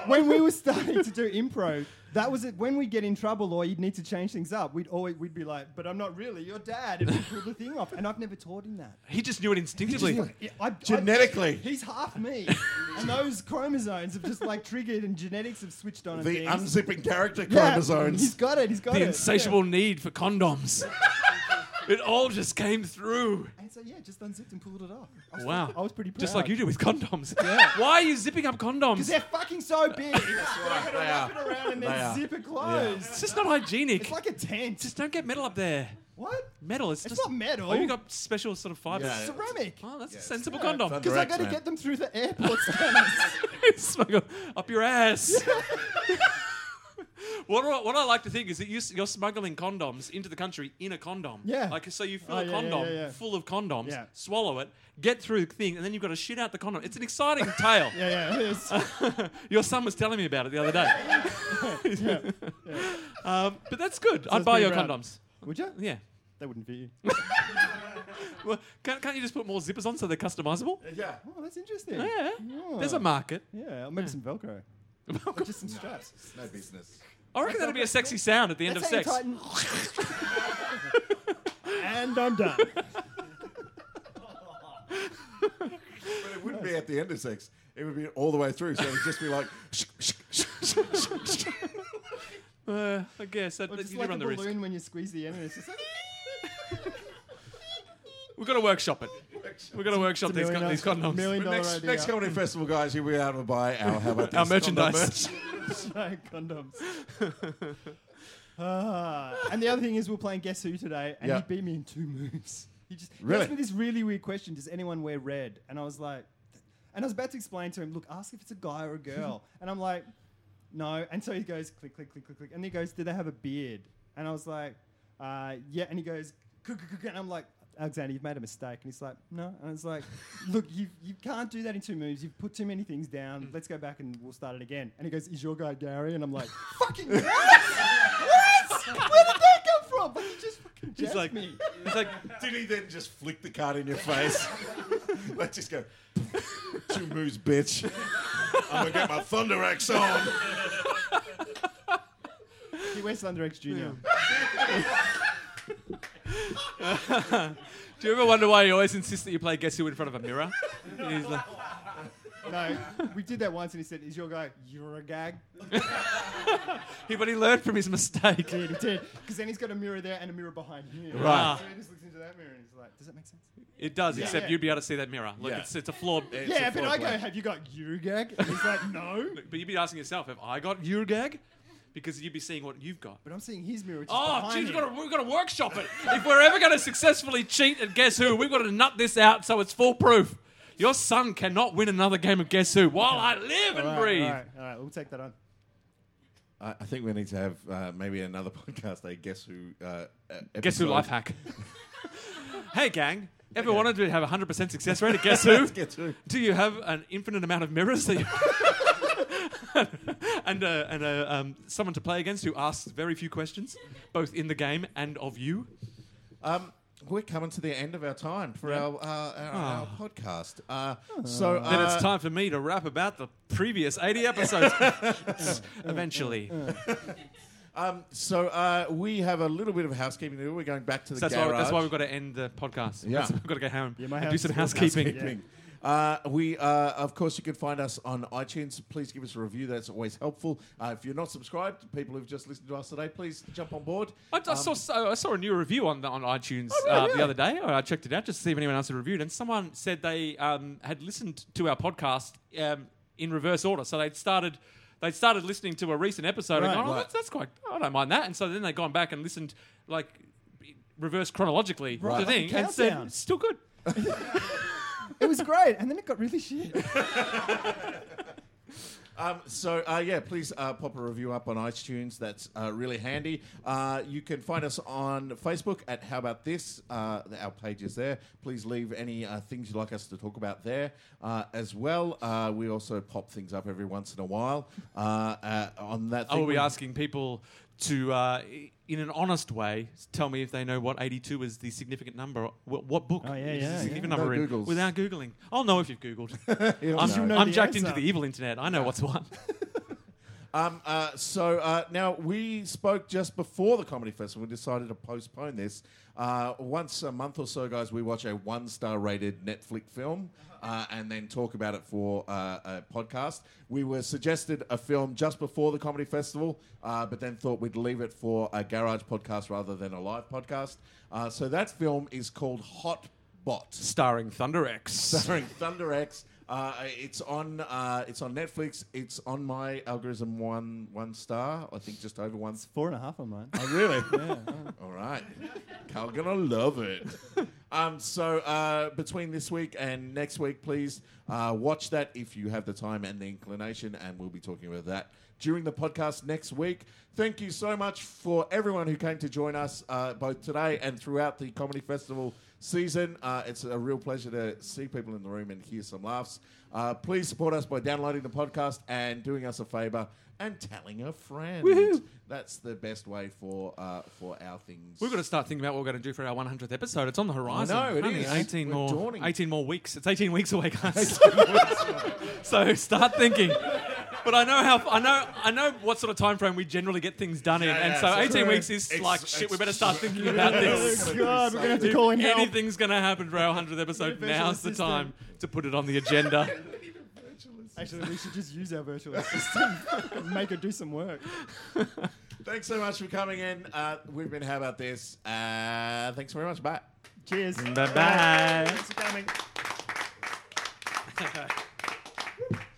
when we were starting to do improv, that was it. When we get in trouble or you'd need to change things up, we'd always we'd be like, "But I'm not really your dad," and we pull the thing off. And I've never taught him that.
he just knew it instinctively.
Yeah, I- I-
Genetically.
he's half me, and those chromosomes have just like triggered, and genetics have switched on.
The
and things.
unzipping character
Yeah,
chromosomes.
He's got it. He's got
the
it.
insatiable need for condoms. [LAUGHS] it all just came through.
Yeah. And so yeah, just unzipped and pulled it off. I was
Wow.
I was pretty proud.
Just like you do with condoms.
Yeah.
[LAUGHS] Why are you zipping up
Because
condoms?
they're fucking so
[LAUGHS]
big. They're gonna
they
wrap it
are.
around and
They are.
then zip it closed.
It's just not hygienic.
It's like a tent.
just don't get metal up there.
what?
Metal, it's,
It's
just
not metal.
Oh, you got special sort of fibers.
Yeah.
Ceramic.
Oh, that's a sensible
Yeah.
condom.
Thunder
Because I
X,
got to
man.
get them through the airport [LAUGHS] scanners.
[LAUGHS] Smuggle up your ass. [LAUGHS] What I, what I like to think is that you, s- you're smuggling condoms into the country in a condom.
Yeah.
Like so, you fill
Oh,
a
yeah, yeah,
condom
yeah, yeah.
full of condoms,
Yeah.
swallow it, get through the thing, and then you've got to shit out the condom. It's an exciting
[LAUGHS]
tale.
yeah, yeah.
[LAUGHS]
it is.
Your son was telling me about it the other day. [LAUGHS]
[LAUGHS]
Um, but that's good. I'd
it's
buy
pretty
your
rad.
condoms.
Would you?
Yeah.
That wouldn't
[LAUGHS]
fit you.
Well, can't, can't you just put more zippers on so they're customizable?
yeah.
Oh, that's interesting. Oh.
Yeah.
Yeah.
There's a market.
Yeah, I'll make some Velcro. Or just some straps.
No business.
I reckon that'll be a sexy sound at the end
That's
of sex.
how you tighten- [LAUGHS] and I'm done.
But it wouldn't be at the end of sex. It would be all the way through. So it'd just be
[LAUGHS]
like,
Uh, I guess that,
Or
that
just
you
like
do
a
run the
balloon
risk.
when you squeeze the end, and it's just like,
We've got to workshop it. We've got to workshop
a
these,
million
con- these
dollar-
condoms.
million dollar
next,
idea.
next comedy festival, guys, you'll be able to buy our how about
Our
this condom
merchandise.
merch?
Like condoms. [LAUGHS] Ah, and the other thing is, we we're playing Guess Who today, and
Yeah.
he beat me in two moves. He just he
Really?
asked me this really weird question: Does anyone wear red? And I was like, and I was about to explain to him, look, ask if it's a guy or a girl. and I'm like, no. And so he goes, click, click, click, click, click, and he goes, do they have a beard? And I was like, uh, yeah. And he goes, "Cuck, cuck, cuck," and I'm like. Alexander, you've made a mistake. And he's like, no. And
[LAUGHS]
it's like, look, you you can't do that in two moves. You've put too many things down.
Mm.
Let's go back and we'll start it again. And he goes, is your guy Gary? And
[LAUGHS]
I'm like, fucking what? what? Where did that come from? But he just fucking
He's [LAUGHS]
jazzed
like,
me.
he's like,
Did he then just flick the card in your face? [LAUGHS] like, just go, two moves, bitch. I'm going to get my Thunder X on.
He wears Thunder X
[LAUGHS]
Junior.
do you ever wonder why he always insists that you play Guess Who in front of a mirror? He's like,
No, we did that once, and he said, "Is your guy you're a gag?"
he, but he learned from his mistake.
Did he did? Because then he's got a mirror there and a mirror behind him.
Right.
So he just looks into that mirror and he's like, "Does that make sense?"
It does, except
Yeah.
you'd be able to see that mirror. Look,
Yeah.
it's, it's a flawed.
It's
yeah,
a
but
foreplay.
I go, "Have you got you gag?" And he's like, [LAUGHS] "No."
But you'd be asking yourself, have I got your gag? Because you'd be seeing what you've got.
But I'm seeing his mirror. Which is
Oh,
behind
geez, we've
him.
got, to, we've got to workshop it. If we're ever going to successfully cheat at Guess Who, we've got to nut this out so it's foolproof. Your son cannot win another game of Guess Who while I live and
All right,
breathe.
All right, all right, we'll take that on.
I, I think we need to have uh, maybe another [LAUGHS] podcast. I guess who. Uh, e-
Guess Who
episode.
life hack. [LAUGHS] hey, gang. Ever wanted to have a 100% success rate at Guess Who?
[LAUGHS] Guess who?
Do you have an infinite amount of mirrors that you [LAUGHS] and uh, and uh, um, someone to play against who asks very few questions, both in the game and of you?
Um, We're coming to the end of our time for our, uh, our, our podcast. Uh, so uh,
Ah. Then it's time for me to rap about the previous
[LAUGHS]
80 episodes.
Uh,
Eventually.
Um, so uh, we have a little bit of housekeeping to do. We're going back to the
So that's, why,
garage.
that's why we've got to end the podcast.
Yeah.
That's- We've got to go home
Yeah, my
and do
house
some
is also
housekeeping.
housekeeping. Uh, we, uh, of course, you can find us on iTunes. Please give us a review. That's always helpful. Uh, if you're not subscribed, people who've just listened to us today, please jump on board.
I, I
Um,
saw so- I saw a new review on the, on iTunes
Oh,
uh, the other day. I checked it out just to see if anyone else had reviewed, and someone said they um, had listened to our podcast um, in reverse order. So they'd started they'd started listening to a recent episode and
Right,
gone, oh,
right.
that's, that's quite I don't mind that. And so then they'd gone back and listened like reverse chronologically
Right.
the thing
Like a
and said
countdown.
still good.
It was great, and then it got really shit.
Um, so, uh, yeah, please uh, pop a review up on iTunes. That's uh, really handy. Uh, you can find us on Facebook at How About This. Uh, our page is there. Please leave any uh, things you'd like us to talk about there uh, as well. Uh, we also pop things up every once in a while uh, uh, on that
I
thing.
will be
we- [LAUGHS]
asking people to. Uh, i- in an honest way, s- tell me if they know what 82 is the significant number. What, what book
Oh, yeah,
is
yeah,
the
yeah.
significant
No
number in?
Googles.
Without Googling. I'll know if you've Googled.
[LAUGHS]
You'll
I'm,
know.
know
I'm
the
jacked into
answer.
the evil internet. I know what's
[LAUGHS]
what.
Um, uh, so uh, now we spoke just before the comedy festival. We decided to postpone this. Uh, once a month or so, guys, we watch a one-star rated Netflix film uh, and then talk about it for uh, a podcast. We were suggested a film just before the comedy festival, uh, but then thought we'd leave it for a garage podcast rather than a live podcast. Uh, so that film is called Hot Bot
Starring Thunder X.
starring Thunder X. Uh, it's on. Uh, it's on Netflix. It's on my algorithm one one star. I think just over one.
[LAUGHS] It's four and a half on mine.
[LAUGHS]
[LAUGHS]
really?
Yeah.
All right. Carl gonna love it. Um, so uh, between this week and next week, please uh, watch that if you have the time and the inclination, and we'll be talking about that during the podcast next week. Thank you so much for everyone who came to join us uh, both today and throughout the comedy festival season. Uh, it's a real pleasure to see people in the room and hear some laughs. Uh, please support us by downloading the podcast and doing us a favor and telling a friend. That's the best way for uh, for our things.
[LAUGHS] We've got to start thinking about what we're going to do for our 100th episode. It's on the horizon.
I know, it
Only
is.
18
We're
more.
dawning.
18 more weeks. It's 18 weeks away, guys. [LAUGHS] so start thinking. But I know how I know I know what sort of time frame we generally get things done in, and
yeah,
so
so-
18 weeks is
It's-
like shit. We
it's-
better start
[LAUGHS]
thinking about this.
Oh God, we're gonna have to
If
call in help.
anything's going to happen for our 100th episode,
Virtual
now's the
assistant.
time to put it on the agenda.
Actually, we should just use our virtual assistant. [LAUGHS] Make her do some work.
Thanks so much for coming in. Uh, we've been How About This. Uh, thanks very much. Bye.
Cheers.
Bye bye.
Thanks for coming.